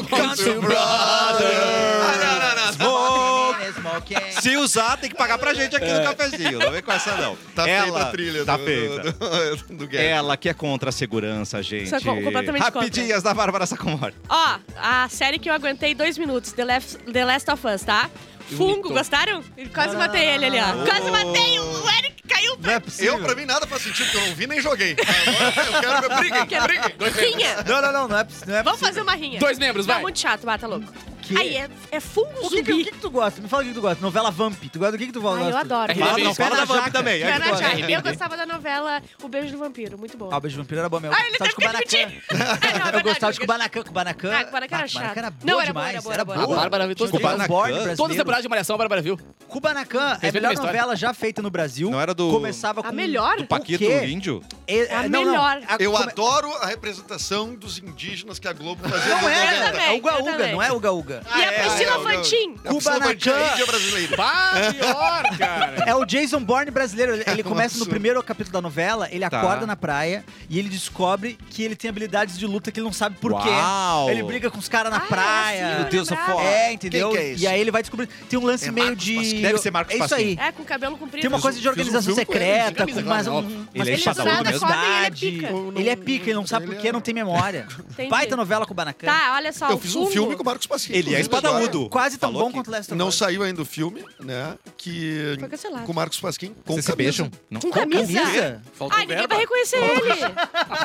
Country Ah, brothers. Smoke. Smoke. Se usar, tem que pagar pra gente aqui no cafezinho. Não vem com essa, não. Tá feita Ela- a trilha Tá do, feita. do, do, do, do Guedes. Ela que é contra a segurança, gente. Sou co- completamente contra. Rapidinhas da Bárbara Sacomori. Ó, a série que eu aguentei dois minutos, The Last, The Last of Us, tá? Fungo, gostaram? Quase matei ele ali, ó. Quase matei, o Eric caiu pra Não é possível. Eu, pra mim, nada faz sentido, porque eu não vi nem joguei. Agora eu quero ver. Briguem, briguem. rinha. Não, não, não, não é, poss- não é Vamos possível. fazer uma rinha. Dois membros, Tá vai. muito chato, bata louco. Que- Aí, é, é fungo O que, que, o zumbi. que que tu gosta? Me fala o que que tu gosta. Novela Vamp. Tu gosta do que que tu gosta? Ai, eu adoro. Ele é Fala, bem não, fala da espera Vamp jaca. também. Pé Aí na é? tu gosta. jaca. RBD. Eu gostava da novela O Beijo do Vampiro, muito boa. Ah, o beijo vampiro era bom mesmo. Ah, ele Gostava de teve que Kubanacan. admitir. Ah, não, é Eu verdade, gostava de porque- Kubanacan. Kubanacan. Ah, Kubanacan era Ah, Kubanacan chato. era Não, boa era boa, era demais. boa, Era era boa. boa. A Bárbara viu Tinha todas. James Bond Todas Todas as brasileiro. temporadas de Malhação, a Bárbara viu. Kubanacan é a Fez melhor uma história. novela já feita no Brasil. Não era do- Começava com... A melhor? Do Paquito O quê? Índio? É, A não, não. melhor. A- Eu come- adoro a representação dos indígenas que a Globo fazia. Não é, era. também, É o Uga eu Uga, também. não é Uga Uga. E a Priscila é, é, é. Fantin. A Kubanacan. Índia brasileira. Pá, pior, cara. É o Jason Bourne brasileiro. Ele- Ele começa no absurdo. primeiro capítulo da novela, ele Tá. acorda na praia e ele descobre que ele tem habilidades de luta que ele não sabe por quê. Uau. Ele briga com os caras na Ah, praia. assim, eu Meu Deus, eu lembrava. fo- É, entendeu? Quem que é esse? E aí ele vai descobrir. Tem um lance É meio Marcos de. Pasquim. Deve ser Marcos É isso aí. É, com cabelo comprido. Tem uma Fiz coisa um- de organização fiz um filme com ele, secreta, de camisa, mas claro, um. umas Ele é pessoas chato, com ele é foda, idade. ele é pica. Ele é pica, ele não sabe por Ele quê, é- não tem memória. Entendi. Baita novela com o Banacan. Tá, olha só. Eu o fiz um fungo. filme com o Marcos Pasquim. Ele é inclusive, espadaúdo. Quase tão Falou bom que quanto Lester agora. Não Bond. saiu ainda o filme, né? Que. Foi cancelado. Com o Marcos Pasquim. Com Vocês se camisa. beijam? Não. Com camisa. Camisa? Faltou Ah, ninguém verba. vai reconhecer ele.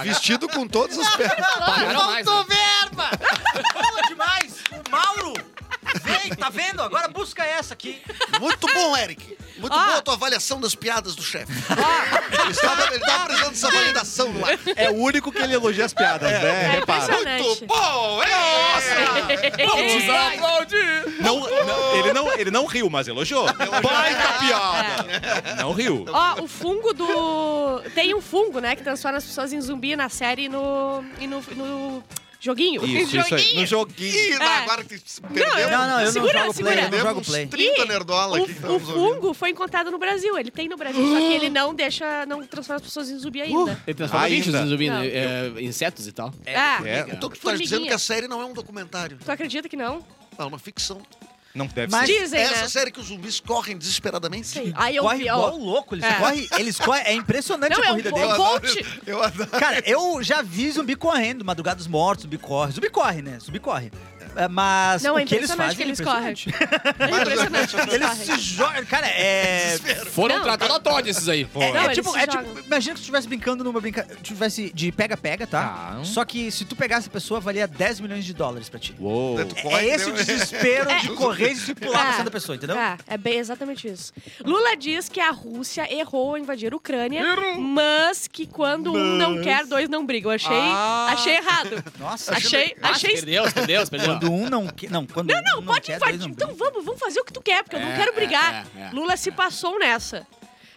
Vestido com todas as pernas. Pagaram mais, né? verba! Fala demais! O Mauro! Vem, tá vendo? Agora busca essa aqui. Muito bom, Eric. Muito Ó. boa a tua avaliação das piadas do chefe. Ele estava ele estava precisando dessa validação lá. É o único que ele elogia as piadas, né? É Repara. impressionante. Muito bom, é Não, não, ele, não, ele não riu, mas elogiou. Baita piada. Não riu. Ó, o fungo do. Tem um fungo, né? Que transforma as pessoas em zumbi na série e no. e no, no joguinho. Isso, isso aí. No joguinho. É. Ih, É. não, agora que se perdeu. Não, não, eu Segura, não jogo segura. play, eu não jogo Perdemos uns play. 30 nerdola O, aqui que tá o estávamos ouvindo. fungo foi encontrado no Brasil. Ele tem no Brasil, só que ele não deixa, não transforma as pessoas em zumbi ainda. Uh, Ele transforma Ainda. bichos em zumbi, Não. né? É, insetos e tal. ah, É. Então tu tá dizendo Formiguinha. que a série não é um documentário. tu acredita que não? É uma ficção. Não deve Mas- é ser. Dizem, Essa né? série que os zumbis correm desesperadamente. Sei. Aí eu corre vi, igual ó. louco, eles É. correm, eles correm, é impressionante Não, a é corrida um deles. bo- bolt. Eu adoro. Cara, eu já vi zumbi correndo, madrugada dos mortos, zumbi corre, zumbi corre, né? Zumbi corre. É, Mas Não, é o que eles fazem impressionante que é eles correm. impressionante. É impressionante. Eles se jogam, cara, é... Foram Não. tratados a Todd esses aí. É, Não, é eles tipo, se é jogam. tipo, imagina que tu estivesse brincando numa brincadeira. Tivesse de pega-pega, tá? Tá. Só que se tu pegasse a pessoa, valia 10 milhões de dólares pra ti. Uou. É- É esse né? o desespero de correr e se pular pra cima da pessoa, entendeu? É, é bem exatamente isso. Lula diz que a Rússia errou em invadir a Ucrânia, mas que quando um não quer, dois não brigam. Achei, Ah. achei errado. Nossa, Achei, Ah, achei Perdeu, perdeu, perdeu. Quando um não quer. Não, quando Não, um não, pode quer, dois invadir. não Então brigam. vamos, vamos fazer o que tu quer, porque eu não É, quero é, brigar. é, é. Lula se passou nessa.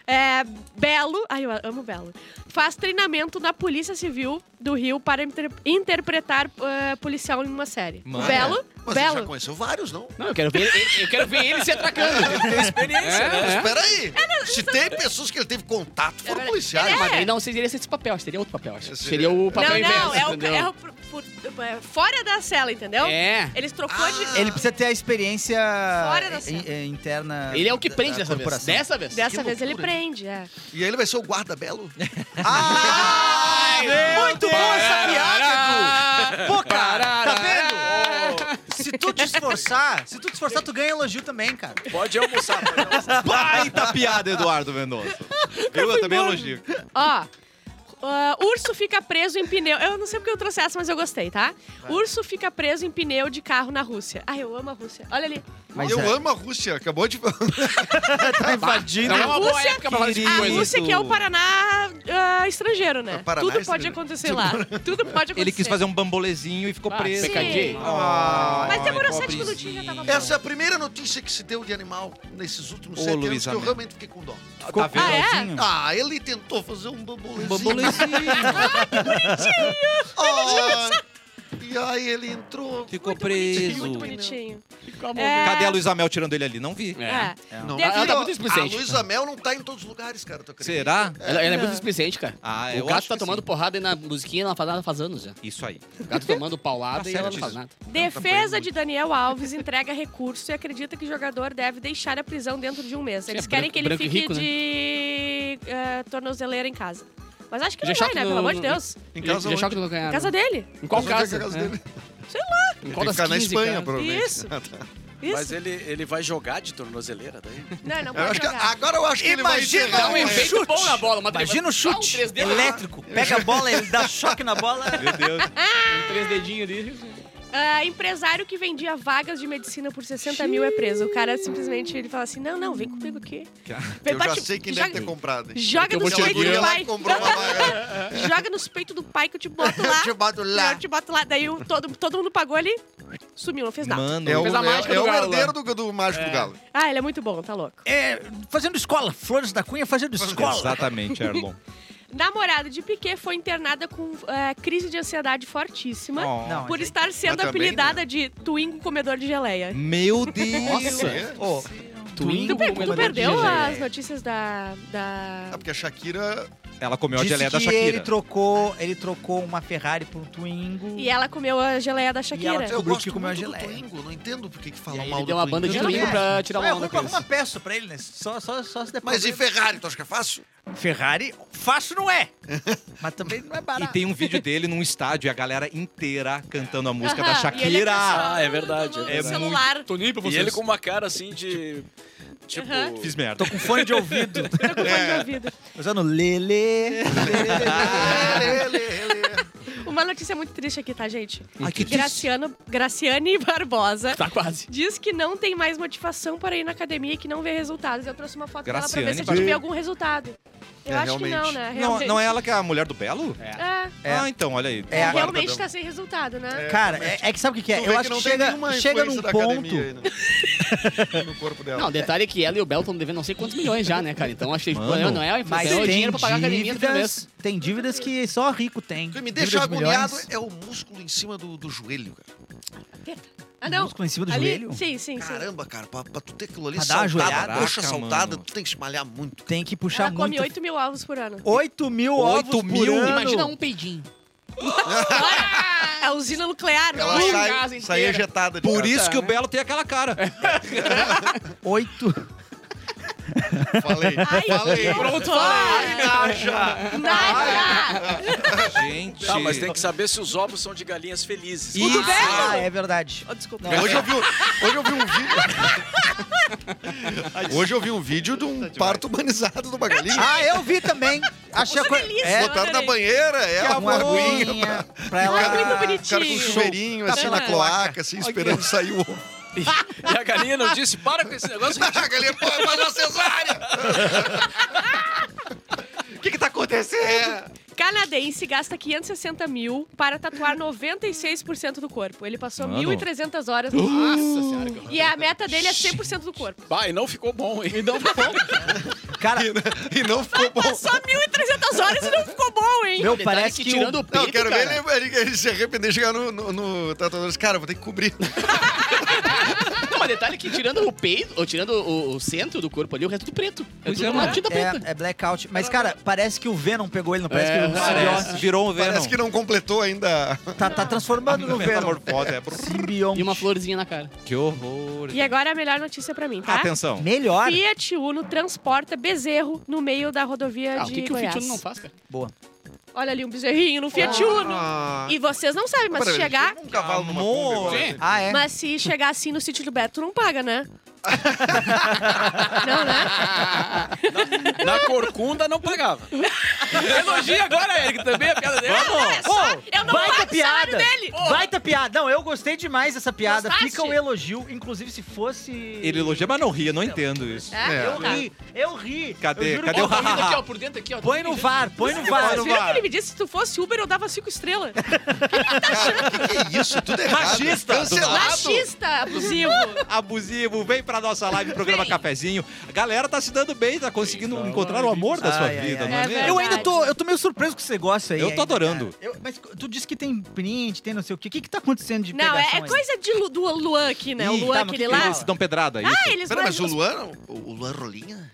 É, Belo, ai eu amo Belo, faz treinamento na Polícia Civil do Rio para inter- interpretar eh, policial em uma série. Mano. Belo, Mas ele é. já Belo. conheceu vários, não? Não, eu quero ver ele, eu quero ver ele se atracando. Tem experiência, né? É, é. Espera aí. Se tem pessoas que ele teve contato, foram É Ele policiais. Mas daí não seria esse papel, seria outro papel. Acho. Esse- Seria o papel Não, inverso, não, é, o, entendeu? é, o pro- pro- é fora da cela, entendeu? É. Eles trocou de... Ele precisa ter a experiência da in- eh, interna. Ele é o que da- prende da dessa vez. corporação. Dessa vez. Tipo, Dessa que vez ele loucura, prende, é. E aí ele vai ser o Ah! guarda-belo? Muito bom essa piada, Edu! Pô, cara, tá Parará. vendo? Se tu tu te esforçar, se tu te esforçar, tu ganha elogio também, cara. Pode almoçar, pode almoçar. Baita piada, Eduardo Mendonça. Eu, eu também elogio. Ó. ah, urso fica preso em pneu. Eu não sei porque eu trouxe essa, mas eu gostei, tá? Urso fica preso em pneu de carro na Rússia. Ai, eu amo a Rússia. Olha ali. Mas é, é. eu amo a Rússia, acabou de tá invadindo. Não é uma boa Rússia- época pra falar de A coisa. Rússia que é o Paraná ah, estrangeiro, né? É, Paraná Tudo pode estrangeiro. acontecer lá. Tudo pode acontecer. Ele quis fazer um bambolezinho e ficou Ah, preso. pecadinho. Ah, Mas demorou sete minutinhos já tava bom. Essa é a primeira notícia que se deu de animal nesses últimos Ô, sete Luiz anos que eu Amel. realmente fiquei com dó. Tá vendo? Ah, é? Alzinho? Ah, ele tentou fazer um bambolezinho. Bambolezinho. Ah, e aí ele entrou. Ficou Bonitinho, preso. Muito bonitinho. É. Cadê a Luísa Mel tirando ele ali? Não vi. É. É. Não, Deve- Ela tá muito a explicente. Luísa Mel não tá em todos os lugares, cara, tu acredita? Será? Ela, ela é muito explicente, cara. Ah, eu o gato acho tá que tomando sim. porrada e na musiquinha ela faz, ela faz anos já. Isso aí. O gato tomando paulada Tá e ela certo não faz isso. nada. Defesa de Daniel Alves entrega recurso e acredita que jogador deve deixar a prisão dentro de um mês. Sim, Eles é querem branco- que ele branco e fique rico, né? de eh, tornozeleira em casa. Mas acho que Já não vai, chato né? no- Pelo amor de no- Deus. Em Ele- casa ele é onde? choque no Na ganhar. casa dele. Em qual Mas onde é que casa? é a casa É. dele? Em Ele qual Tem que das ficar na 15, Espanha, cara? provavelmente. Isso. Ah, tá. Isso. Mas ele, ele vai jogar de tornozeleira daí? Não, não Eu pode acho que- jogar. agora eu acho que Imagina ele vai Dá encerrar. né? um É. efeito Chute. bom na bola. Uma Imagina o chute Dá um 3D elétrico. Pega a bola, ele dá choque na bola. Tá Meu Deus. Um três dedinhos ali. Ah, empresário que vendia vagas de medicina por 60 mil é preso. O cara simplesmente ele fala assim: não, não, vem comigo aqui. Eu já Bate- sei quem joga, deve ter É comprado. hein? Joga Eu vou nos te peitos Segura do lá pai. e comprou uma vaga. Joga nos peitos do pai que eu te boto lá. Eu te boto lá. Eu te boto lá. Daí o- todo, todo mundo pagou ali, sumiu, não fez nada. Mano, É o, Fez a mágica é, é do o galo lá. herdeiro do, do Mágico do Galo. Ah, ele é muito bom, tá louco. É, fazendo escola. Flores da Cunha fazendo escola. Exatamente, Erlon. Namorada de Piquet foi internada com eh, crise de ansiedade fortíssima Ó. Não, por estar sendo Mas também, né? apelidada de Twingo Comedor de é Geleia. Meu Deus. É. Ô, é Tu, Twingo, per- tu comedor de perdeu geleia. as notícias da. Ah, da... porque a Shakira. Ela comeu a disse geleia é da que Shakira. ele trocou, ele trocou uma Ferrari por um Twingo. E é- ela comeu a geleia da ela Shakira. Eu Eu gosto gosto muito muito do do Twingo, não entendo por que, que E falam aí mal ele do deu uma banda de Twingo. Twingo pra tirar Ah, uma eu onda vou com pra eles. alguma peça pra ele, né? Só, só, só se der Mas e problema. Ferrari, tu acha que é fácil? Ferrari, fácil não é. Mas também não é E barato. tem um vídeo dele num estádio e a galera inteira cantando a música da Aham, e ele é Shakira. acessando Ah, é verdade, no é verdade. celular. Tô nem pra E ele com uma cara assim de. Tipo. Aham. Fiz merda. Com fone de ouvido. Tô com fone de ouvido. Usando lele. Ele, ele, ele. Uma notícia muito triste aqui, tá, gente? Ai, que Graciano, Graciane Barbosa Tá quase. diz que não tem mais motivação para ir na academia e que não vê resultados. Eu trouxe uma foto dela pra ver se a Graciane gente vê algum resultado. Eu É, acho que não, realmente. né? Não, Realmente. não é ela que é a mulher do Belo? É. É. Ah, então, olha aí. É, É, a- realmente Belo. tá sem resultado, né? Cara, é, é que sabe o que, que Tu é? vê Eu acho que, não tem nenhuma chega, chega num influência da ponto. academia aí, né? no corpo dela. Não, o detalhe é que ela e o Bel estão devendo não sei quantos milhões já, né, cara? Então acho que o Mano, problema não é a inflação, Mas é o tem dinheiro pra pagar a academia no começo. né? dívidas, tem dívidas que só rico tem. O que me Dívidas deixa de milhões. agoniado é o músculo em cima do, do joelho, cara. Ah, não. Músculo em cima do Ali? joelho? Sim, sim, sim. Caramba, cara, pra, pra tu ter aquilo ali Pra dar uma saltado, ajoelhada. coxa Caraca, saltada, mano. tu tem que espalhar muito. Tem que puxar Ela come muito. 8 mil ovos por ano. 8 mil Oito ovos por mil? ano. Imagina um peidinho. É a usina nuclear. Ela Bum! sai, casa sai inteira. ejetada de Por casa. isso que o né? Belo tem aquela cara. 8. Falei. Ai, falei. pronto. Naja. Nada! Gente. Tá, mas tem que saber se os ovos são de galinhas felizes. Isso. Ah, é verdade. Oh, desculpa. Hoje eu, vi, um- hoje eu vi um vídeo. Hoje eu vi um vídeo de um parto humanizado do Magalinho. Ah, eu vi também. Achei a Que coisa. delícia, É, Botaram na adorei. banheira, É um ela com uma aguinha. aguinha pra Ai, é muito ela. O cara com um bonitinho. chuveirinho, assim, na Aham. cloaca, assim, esperando sair o ovo. E a galinha não disse, para com esse negócio. A galinha, pô, faz uma cesárea! O que que tá acontecendo? Canadense gasta 560 mil para tatuar 96% do corpo. Ele passou Mano. 1.300 horas no Nossa senhora. que horror. E a meta dele é 100% do corpo. Bah, e não ficou bom, hein? Então, Cara, E não ficou bom. Só 1.300 horas e não ficou bom, hein? meu, Detalhe parece que, que tirando o o... Não, eu peito, quero cara, ver ele, ele- ele se arrepender de chegar no, no, no tatuador e dizer, cara, vou ter que cobrir. Não, mas detalhe é que tirando o peito, ou tirando o, o centro do corpo ali, o resto é tudo preto. É Pois tudo é, uma né? tinta tá preta. É, é blackout. Mas, cara, parece que o Venom pegou ele, não parece que ele É, Parece, virou um Venom. Parece que não completou ainda. tá, tá transformando no Venom. Metamorfose, é pro... Simbionte. E uma florzinha na cara. Que horror. E agora a melhor notícia pra mim, tá? Atenção. Melhor. Fiat Uno transporta bezerro no meio da rodovia Ah, o de que, que o Goiás. Fitino não faz, cara? Boa. Olha ali um bezerrinho no Fiat Uno. Ah. E vocês não sabem, mas se Peraí, chegar... Um cavalo numa Amor. Kombi agora. Sim. Ah, é? Mas se chegar assim no sítio do Beto, tu não paga, né? não, né? Na corcunda não pagava. Elogia agora, Eric, também a piada dele. Olha só, eu não Baita pago o salário piada! dele. Baita piada! Não, eu gostei demais dessa piada. Gostaste? Fica um elogio, inclusive se fosse. Ele elogia, mas não ria, não entendo isso. É, É. então Eu tá. ri, eu ri. Cadê? Eu juro Cadê por o Deus. hahaha? Aqui, ó, por dentro aqui, ó. Põe no VAR, põe no VAr. Vocês viram que ele me disse que se tu fosse Uber, eu dava cinco estrelas. Que é isso? Tudo errado. Machista. Cancelado. Machista, abusivo. Abusivo, vem pra nossa live, programa Vem. Cafezinho. A galera tá se dando bem, tá conseguindo encontrar o amor da sua Ai, ai, vida, ai. não é, É mesmo? verdade. Eu ainda tô, eu tô meio surpreso com esse negócio aí. Eu tô ainda, adorando. cara. Eu- mas tu disse que tem print, tem não sei o quê. O que que tá acontecendo de Não, é, pegação é aí? coisa de, Lu- do Luan aqui, né? O Ih, Luan, tá, mas aquele que lá. que é Eles se dão pedrada, isso? Ah, eles Pera, mas o mandam- Luan... O Luan Rolinha?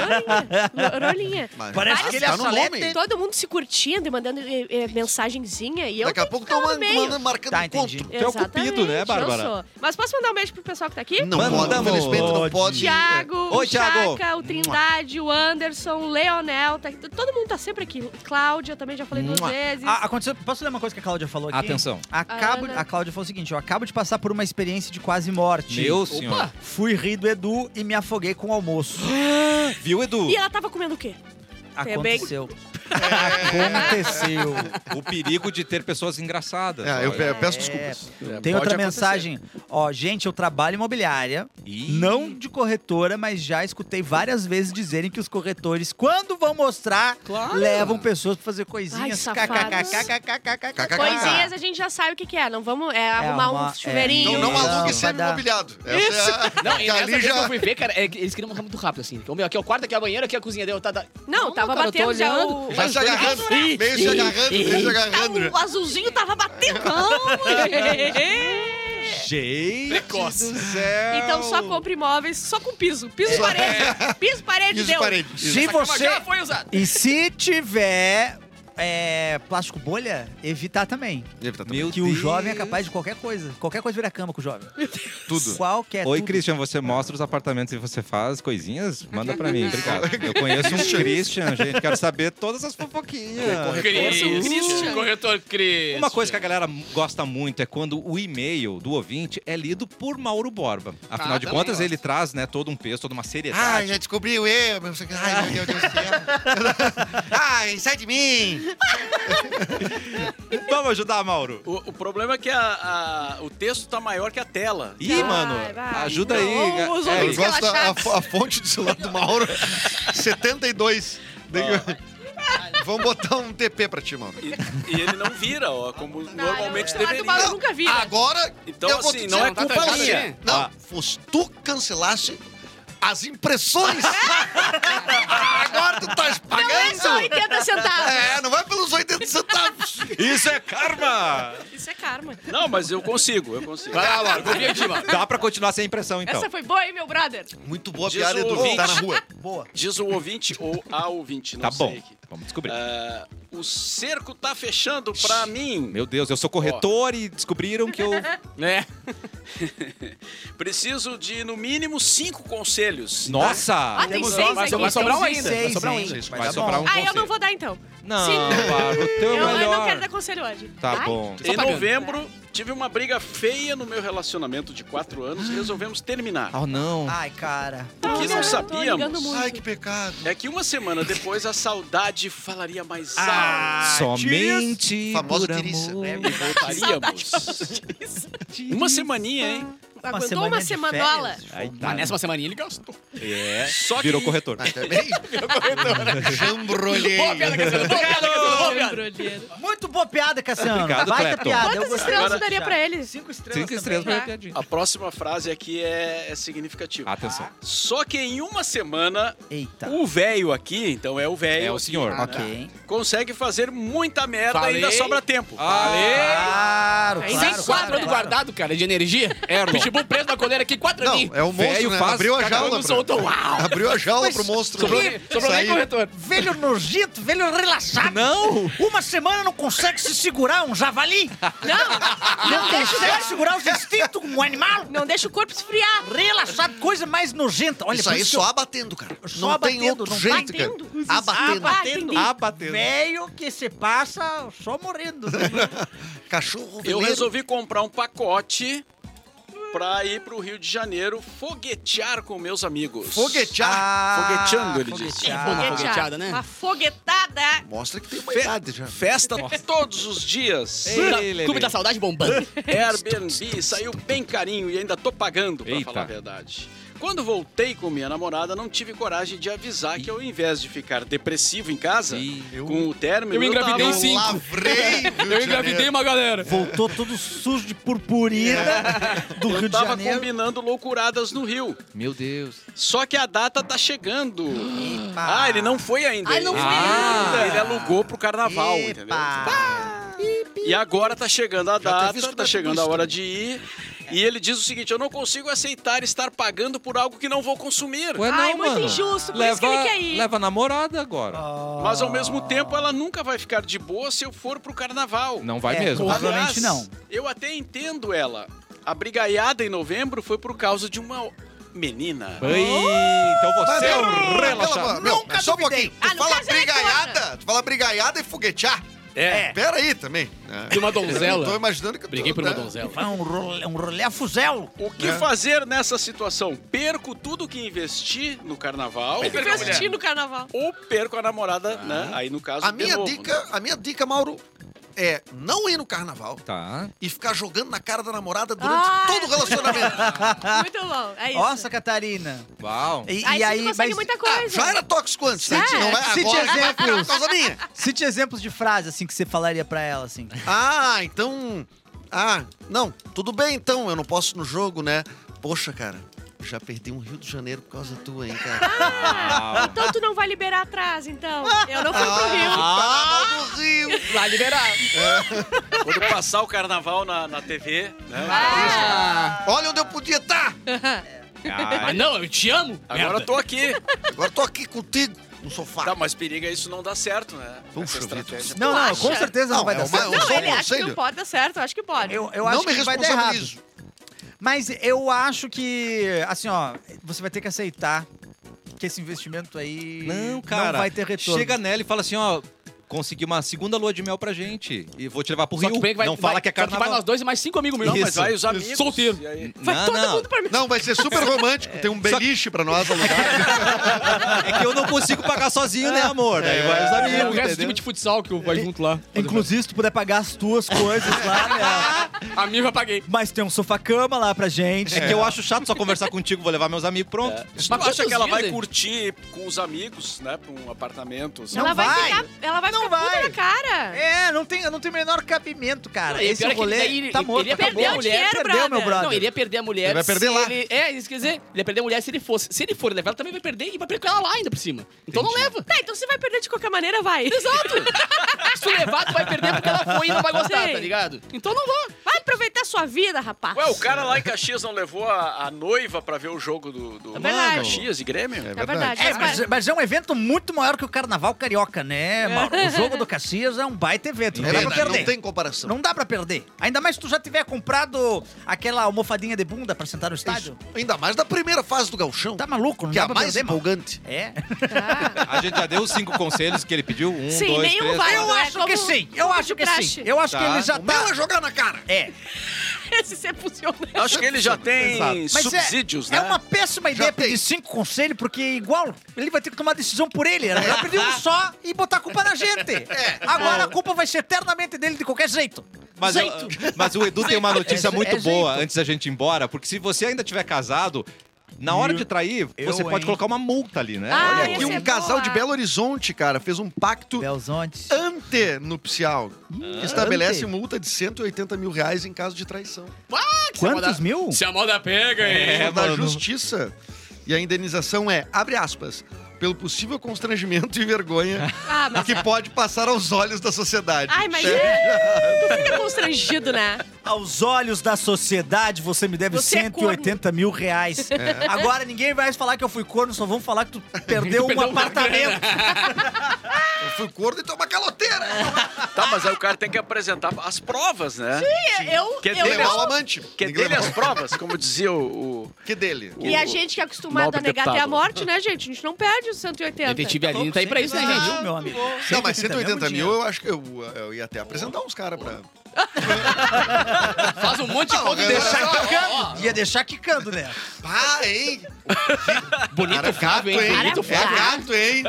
Luan Rolinha. Luan Rolinha. Mas- Parece mas que ele tá no assoleta, nome. hein? Todo mundo se curtindo e mandando eh, eh, mensagenzinha. E eu Daqui a tenho pouco que ficar tá no man- meio. mandando- marcando Tá, entendi. encontro. Tu é o cupido, né, Exatamente, Bárbara? eu sou. Mas posso mandar um beijo pro pessoal que tá aqui? Não Mandamos. pode, infelizmente, não pode. Tiago, Oi, o Thiago. Chaca, o Trindade, o Anderson, o Leonel. tá- todo mundo tá sempre aqui. Cláudia também, já falei duas Mua. vezes. Ah, aconteceu, posso ler uma coisa que a Cláudia falou é aqui? Atenção. Acabo, Ana. a Cláudia falou o seguinte, eu acabo de passar por uma experiência de quase morte. Meu senhor. Fui rir do Edu e me afoguei com o almoço. Viu, Edu? E ela tava comendo o quê? Aconteceu. Aconteceu. O perigo de ter pessoas engraçadas. É, eu Olha. pe- peço É. desculpas. Tem outra mensagem. Ó, gente, eu trabalho em imobiliária, Ih. não de corretora, mas já escutei várias vezes dizerem que os corretores, quando vão mostrar, Claro. levam pessoas pra fazer coisinhas. Ai, safados. KKKKKKKKK. KKK. assim. Coisinhas a gente já sabe o que, que é. Não vamos é, arrumar uma- um chuveirinho. Então não Não, alugue vai sempre dar. imobiliado. Essa é a- Não, e que nessa ali vez que eu já... fui ver, cara, é que eles queriam mostrar muito rápido, assim. Então, meu, aqui é o quarto, aqui é a banheira, aqui é a cozinha. Daí eu tá, tá- Não, tava cara, eu tô batendo já olhando. o- Já se agarrando, Ih, meio se ih, agarrando, ih. meio se Tá, agarrando. o azulzinho tava batendo. Calma, gente. Gente Precoce. do céu. Então só compra imóveis só com piso. Piso parede. Piso parede Piso e deu. parede. Se Essa cama você... já foi usada. E se tiver é, plástico bolha, evitar também. Meu Que o Deus. jovem é capaz de qualquer coisa. Qualquer coisa vira cama com o jovem. é Tudo. Qualquer Oi, tudo. Christian, você mostra os apartamentos e você faz coisinhas? Manda pra mim, obrigado. Eu conheço um Christian, gente. Quero saber todas as fofoquinhas. Cris, Christian. corretor Cris. Uma coisa que a galera gosta muito é quando o e-mail do ouvinte é lido por Mauro Borba. Afinal Ah, de também contas, gosto. ele traz né, todo um peso, toda uma seriedade. Ai, já descobri o erro. não sei o que. Ai, meu Deus do céu. Ai, sai de mim. Vamos ajudar, Mauro. O, o problema é que a- a- o texto tá maior que a tela. Ih, Vai, mano, vai. ajuda Não, aí. os é, Eu ouvintes igual- gosto da a, fo- a fonte do celular do Mauro. 72. Vamos botar um TP pra ti, Mauro. E, e ele não vira, ó, como normalmente não, deveria. do Mauro nunca vi. Ah, Agora, Então, eu vou assim, te não dizer é uma culpa coisa. minha. Não, Ah. fosse tu que cancelasse as impressões. Agora tu estás Não é só pagando. 80 centavos. É, não vai pelos 80 centavos. Isso é karma! Isso é karma. Não, mas eu consigo, eu consigo. Vai lá, Laura, confia em ti, mano. Dá pra continuar sem impressão, então. Essa foi boa, hein, meu brother? Muito boa a Diz piada, o Edu. ouvinte. Tá na rua. Boa. Diz o ouvinte ou a ouvinte, não Tá bom, sei. que- vamos descobrir. Ah, o cerco tá fechando pra mim. Meu Deus, eu sou corretor e descobriram que eu. É. Preciso de, no mínimo, cinco conselhos. Ah, Nossa! tem Temos seis nós, aqui. vai sobrar um Temos ainda. seis, Vai sobrar um hein? ainda. Vai Mas tá sobrar bom. um Ah, eu conselho. não vou dar, então. Não, Sim. Bárbara, o teu Eu, é eu não quero melhor. dar conselho hoje. Tá Ai, bom. Só Em pagando. novembro, tive uma briga feia no meu relacionamento de quatro anos e resolvemos terminar. Ah, não. Ai, cara. O que não eu tô ligando sabíamos muito. Ai, que pecado. é que uma semana depois a saudade falaria mais alto. Ah, Somente Famoso por Tirissa, amor. né? E voltaríamos. Uma semaninha, hein? Tá Aguentou uma semaninha de semanola. férias? Aí Mas tá. nessa uma semaninha ele gastou. É. Só que- Virou corretor. Ah, também? Jambrolhei. Boa piada, Cassiano. Boa piada, Cassiano. Boa piada. Muito boa piada, Cassiano. Obrigado, Baita Clepton. piada. eu Quantas gostei. estrelas tu daria pra ele? Cinco estrelas Cinco estrelas pra também. minha piadinha. A próxima frase aqui é, é significativa. Atenção. Só que em uma semana, Eita. o velho aqui, então é o velho, É o senhor. aqui, né? Ok. consegue fazer muita merda e Falei. ainda sobra tempo. Ah, Claro, Ainda claro. Sem quatro anos guardado, cara, de energia. Erlon. Pitbull preso na coleira aqui, quatro Não, aninhos. é o monstro, Velho né? faz Abriu a cagada, jaula. Não soltou. pra- Uau! Abriu a jaula pro monstro. Sobrou, sobrou nem sair. corretor. Velho nojento, velho relaxado. Não, Uou! Uma semana não consegue se segurar um javali? Não, não deixa, Consegue segurar os instintos um animal? não deixa o corpo esfriar. Relaxado, coisa mais nojenta. Olha, Isso por aí que só abatendo, cara. Só não tem abatendo, outro não jeito, cara. batendo. Abatendo. Ah, Batendo. entendi. Abatendo. Velho que se passa só morrendo. né? Cachorro Eu veleiro. resolvi comprar um pacote pra ir pro Rio de Janeiro foguetear com meus amigos. Foguetear. Fogueteando, ele disse. É bom uma fogueteada, né? Ah, Uma foguetada. Mostra que tem uma idade já. Festa todos os dias. Ei, Lelê. Clube da Saudade bombando. Airbnb saiu bem carinho e ainda tô pagando, pra Eita. falar a verdade. Quando voltei com minha namorada, não tive coragem de avisar que ao invés de ficar depressivo em casa, Ih, com o término, eu engravidei tava- Eu cinco. Lavrei. Rio de Janeiro. uma galera. Voltou todo sujo de purpurina do Rio Eu de tava Janeiro. combinando loucuradas no Rio. Meu Deus. Só que a data tá chegando. Ah, ele não foi ainda. Ah, ele não foi ainda. Ele alugou pro carnaval, entendeu? E agora tá chegando a Já teve isso data, que tá tá chegando tudo a isso, hora de ir. E ele diz o seguinte: eu não consigo aceitar estar pagando por algo que não vou consumir. Ai, muito injusto, por leva, isso que ele quer ir. Leva a namorada agora. Mas ao mesmo tempo, ela nunca vai ficar de boa se eu for pro carnaval. Não vai É, mesmo. porra. Provavelmente não. Eu até entendo ela. A brigaiada em novembro foi por causa de uma menina. Ei, então você é um Pela- relaxado. Não, só um pouquinho. Ah, Tu no fala caso, ela é brigaiada, tu fala brigaiada e foguetear. É. Pera aí também. É. De uma Eu tô donzela. imaginando que eu tô- Briguei por uma né? donzela. Vai um rolê, um rolê a fuzel. O que fazer nessa situação? Perco tudo que investi no carnaval Tem que assistir no carnaval. ou perco a namorada, né? Aí no caso, A de minha novo, né? dica, a minha dica, Mauro, é não ir no carnaval Tá. e ficar jogando na cara da namorada durante Ah, todo o relacionamento. Muito bom, é isso. Nossa, Catarina. Uau. E, aí, e aí, você consegue mas muita Ah, coisa. já era tóxico antes, né? Sim. Não é Tá, Cite agora que vai ficar por exemplos. causa minha. cite exemplos de frase assim que você falaria pra ela assim. Ah, então. Ah, não, tudo bem então, eu não posso ir no jogo, né? Poxa, cara, já perdi um Rio de Janeiro por causa tua, hein, cara? Uau. Então tu não vai liberar atrás, então. Eu não fui pro Rio. Ah, do Rio! Lá liberar. né? Quando passar o carnaval na, na TV, né? Ah, Olha onde eu podia tá. estar! Ah, mas não, eu te amo. Agora eu tô aqui. Agora tô aqui contigo, no sofá. Tá, mas periga isso não dá certo, né? Puxa Essa vida. estratégia. Não, não, com acha? certeza não, Não, vai é dar uma- certo. Eu Não, sou ele acha que conselho. não pode dar certo, eu acho que pode. Eu, eu não acho me que vai dar errado. responsabilizo. Mas eu acho que, assim, ó, você vai ter que aceitar que esse investimento aí Não, cara. não vai ter retorno. Chega nela e fala assim, ó, consegui uma segunda lua de mel pra gente e vou te levar pro Só que Rio. bem que vai- não vai- fala que é só vai carnaval. nós dois e mais cinco amigos meus. Não, mas Isso. vai os amigos. Solteiro. E aí? Vai Não, todo não. mundo pra mim. Não, vai ser super É. romântico. Tem um beliche pra nós alugar. É que eu não consigo pagar sozinho, É. né, amor? Daí vai os Eu amigos, conheço o time entendeu? de futsal que eu vai junto lá. tipo Inclusive, se tu puder pagar as tuas coisas lá, né? A minha eu já paguei. Mas tem um sofá-cama lá pra gente. É que eu acho chato só conversar contigo, vou levar meus amigos, pronto. Se tu Mas acha quantos que ela dias, vai hein? curtir com os amigos, né? Pra um apartamento. assim? Não ela vai, vai. ficar, ela vai Não ficar puta vai. na cara. É, não tem, não tem o menor cabimento, cara. Não, e Esse pior é que rolê ele- ele- tá ele morto, ia perder acabou. o dinheiro, perdeu, meu brother. brother. Não, ele ia perder a mulher. Ele vai perder se lá. Ele, é, isso quer dizer, ele ia perder a mulher se ele fosse. Se ele for levar, ela também vai perder e vai perder com ela lá ainda por cima. Então não leva. Tá, então você vai perder de qualquer maneira, vai. Exato! se tu levar, tu vai perder porque ela foi e não vai gostar, Sim. tá ligado? Então não vá. Vai aproveitar a sua vida, rapaz. Ué, o cara lá em Caxias não levou a, a noiva pra ver o jogo do, do- É verdade. Caxias e Grêmio? É verdade. É, mas, mas é um evento muito maior que o Carnaval Carioca, né, Mauro? O jogo do Caxias é um baita evento. Não É dá pra verdade, perder. não tem comparação. Não dá pra perder. Ainda mais se tu já tiver comprado aquela almofadinha de bunda pra sentar no estádio. Ainda mais da primeira fase do galchão, Tá maluco? Não que é dá a pra mais perder, Mauro. empolgante. É. Ah. A gente já deu os cinco conselhos que ele pediu. Um, Sim, dois, nenhum três. vai. Eu Não é acho como- que sim. Eu como acho de que praxe. sim. Eu acho que Tá. ele já O meu tá... é jogar na cara. É. Esse você funciona. Acho que ele já tem Mas é- subsídios, é, né? uma péssima ideia pedir cinco conselhos, porque igual ele vai ter que tomar decisão por ele. Era melhor pedir um só e botar a culpa na gente. É. Agora a culpa vai ser eternamente dele de qualquer jeito. Mas, eu- mas o Edu tem uma notícia É- muito é boa jeito. antes da gente ir embora, porque se você ainda tiver casado, na hora de trair, Eu, você pode hein? colocar uma multa ali, né? Ah, Olha ia aqui, ser um casal boa. de Belo Horizonte, cara, fez um pacto Belzonte. antenupcial. Que estabelece Ante? multa de 180 mil reais em caso de traição. Quantos mil? Se a moda pega, hein? É, da mano. justiça. E a indenização é, abre aspas, pelo possível constrangimento e vergonha Ah, mas... que pode passar aos olhos da sociedade. Ai, mas... Certo? Tu fica constrangido, né? Aos olhos da sociedade, você me deve Você é 180 mil reais. Agora ninguém vai mais falar que eu fui corno, só vão falar que tu perdeu um apartamento. Eu fui corno e toma caloteira. Tá, mas aí o cara tem que apresentar as provas, né? Eu, Quer eu dizer, Levar o não... um amante. Que é Tem que dele levar. as provas, como dizia o... o- Que dele. E a o- gente que é acostumado Nobre a negar deputado. até a morte, né, gente? A gente não perde os 180. Detetive Aline tá aí pra isso, né, gente? meu amigo? Não, mas 180 mil é muito dinheiro. eu acho que eu, eu ia até apresentar uns caras pra. Faz um monte de Não, ponto eu- deixar quicando. Ia deixar quicando, né? Ah, hein? Bonito gato, Fábio, hein? hein? Bonito É Fábio. gato, hein?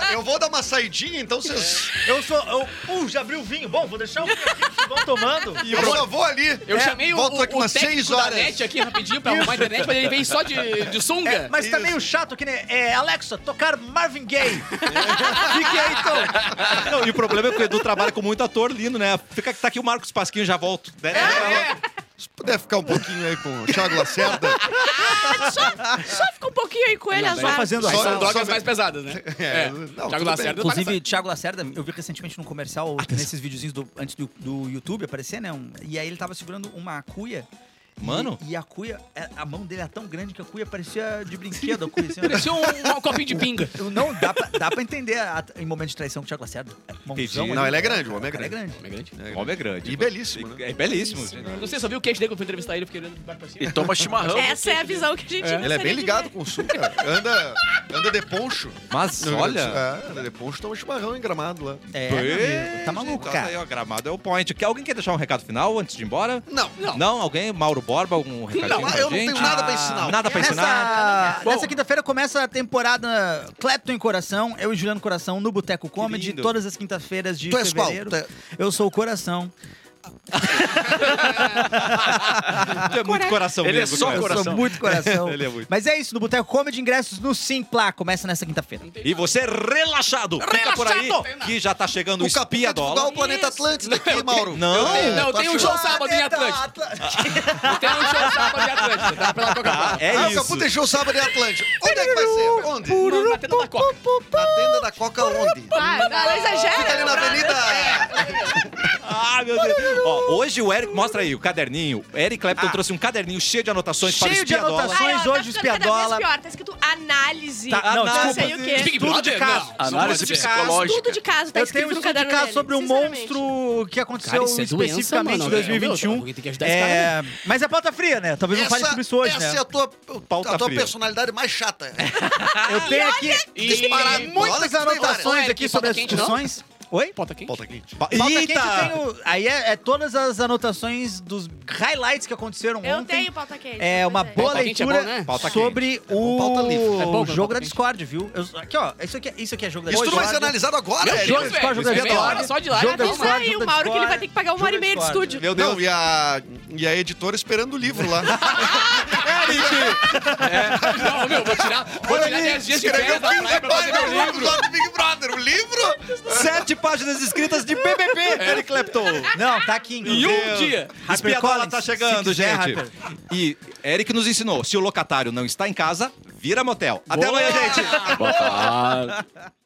Ah, eu vou dar uma saidinha, então vocês. Eu sou. Eu, uh, já abri o vinho. Bom, vou deixar o vinho aqui, vocês vão tomando. Eu só vou ali. Eu chamei o, Volto o, É, aqui umas o técnico 6 da horas. net aqui rapidinho pra arrumar a internet, mas ele veio só de, de sunga. É, mas tá Isso. meio chato que nem. É, Alexa, tocar Marvin Gaye. Fique aí, então. Não, e o problema é que o Edu trabalha com muito ator lindo, né? Fica que tá aqui o Marcos Pasquinho, já volto. né? É. Se puder ficar um pouquinho aí com o Thiago Lacerda. Só fica um pouquinho aí com ele, Só azar. fazendo Aí Só- são drogas só- mais pesadas, né? É, É. não, tudo Thiago bem. Lacerda tá Inclusive, Thiago Lacerda, eu vi recentemente num comercial, nesses videozinhos do- antes do, do YouTube aparecer, né? um- e aí ele tava segurando uma cuia. Mano. E, e a cuia, é, a mão dele era tão grande que a cuia parecia de brinquedo. A cuia, assim, ó. Parecia um, um copinho de pinga. Eu Não, dá pra, dá pra entender a- em momentos de traição com o Thiago Lacerda. Mãozão, Entendi. ali. Não, ele é grande, o homem é O cara é grande. grande. O homem é grande. E belíssimo, né? É belíssimo. gente. Não sei, só vi o queixo dele quando fui entrevistar ele, eu fiquei olhando de baixo pra cima. E toma chimarrão. né? Essa é a visão que a gente Ele é bem ligado com o sul, cara. Anda, anda de poncho. Mas No Rio Grande do Sul. olha... É, anda de poncho, toma chimarrão em gramado lá. É, Pô, meu amigo, tá maluco, gente, cara. olha Aí, ó, gramado é o point. Quer- Alguém quer deixar um recado final antes de ir embora? Não. Não, alguém? Mauro Borba, algum recadinho Não, pra eu não gente? tenho nada pra ensinar. Nada pra ensinar? Nessa, nessa quinta-feira começa a temporada Clepton em Coração, eu e Juliano Coração no Boteco Comedy, lindo. todas as quintas-feiras de Tu és qual? fevereiro. tá. Tu é- Eu sou o Coração. Tu é muito coração Ele é mesmo, só cara. eu sou coração. muito coração. Ele é muito. Mas é isso, no Boteco Comedy, ingressos no Simplá, começa nessa quinta-feira. E você relaxado. Fica por aí que já tá chegando o O capim espia é divulgar dólar. o planeta Atlântida aqui, Mauro. tá Não. Não, tem um show sábado em Atlântico. Tem um show sábado em Atlântico. Tá pela Tá, Coca-Cola. é ah, isso. o Capu deixou o sábado em Atlântico. Onde é que vai ser? Onde? Não, na tenda da Coca. Na tenda da Coca onde? Ah, não, não Fica ali na exagera. avenida. Ah, meu Deus. Ó, hoje o Eric, mostra aí o caderninho. O Eric Clapton Ah. trouxe um caderninho cheio de anotações para Cheio de espia dólar. anotações. Ai, ó, hoje, tá ficando cada espiadola. vez pior. Tá escrito análise. Tá, não, não desculpa. sei o quê. Big Brother? caso. Não. Análise Estudo psicológica. de caso, tá eu tenho um escrito no estudo de caderno caso dele, sobre um sinceramente. monstro que aconteceu Cara, isso é doença, especificamente mano, em é. 2021. Alguém tem que ajudar esse cara, É, Mas é pauta fria, né? Talvez não fale sobre isso hoje, essa né? é a tua, Pauta a tua fria. personalidade mais chata. Eu tenho aqui E- Disparar muitas Ô, anotações Eric, aqui sobre as pauta quente, não? discussões. Oi? Ponta quente. Volta aqui. Pauta quente eu Eita! tenho. Aí é, é todas as anotações dos highlights que aconteceram Eu ontem. tenho pauta quente. É uma pois boa Pauta quente é leitura bom, né? Pauta sobre o pauta livre. É bom, pauta jogo da quente. Discord, viu? Eu- aqui, ó, isso aqui, é- isso aqui é jogo da Isso tudo vai ser Discord. analisado agora, Meu Eric. Jogo da Deus, Discord, jogo da velho. é Meia Discord. hora só de live. Jogo da Avisa Discord, aí jogo o da Mauro que ele vai ter que pagar uma Discord, hora e meia de jogo da estúdio. Meu Deus. Não, e a, e a editora esperando o livro lá. é? Não, meu, vou tirar. Vou tirar 10 dias de Escreveu férias da 15 praia pra fazer meu livro. páginas lá do Big Brother. O livro? Sete páginas escritas de BBB, É. Eric Clapton. Não, tá aqui. Em inclusive. um dia. Espia Collins, dólar tá chegando, se quiser, gente. Harper. E Eric nos ensinou, se o locatário não está em casa, vira motel. Até amanhã, gente. Boa tarde.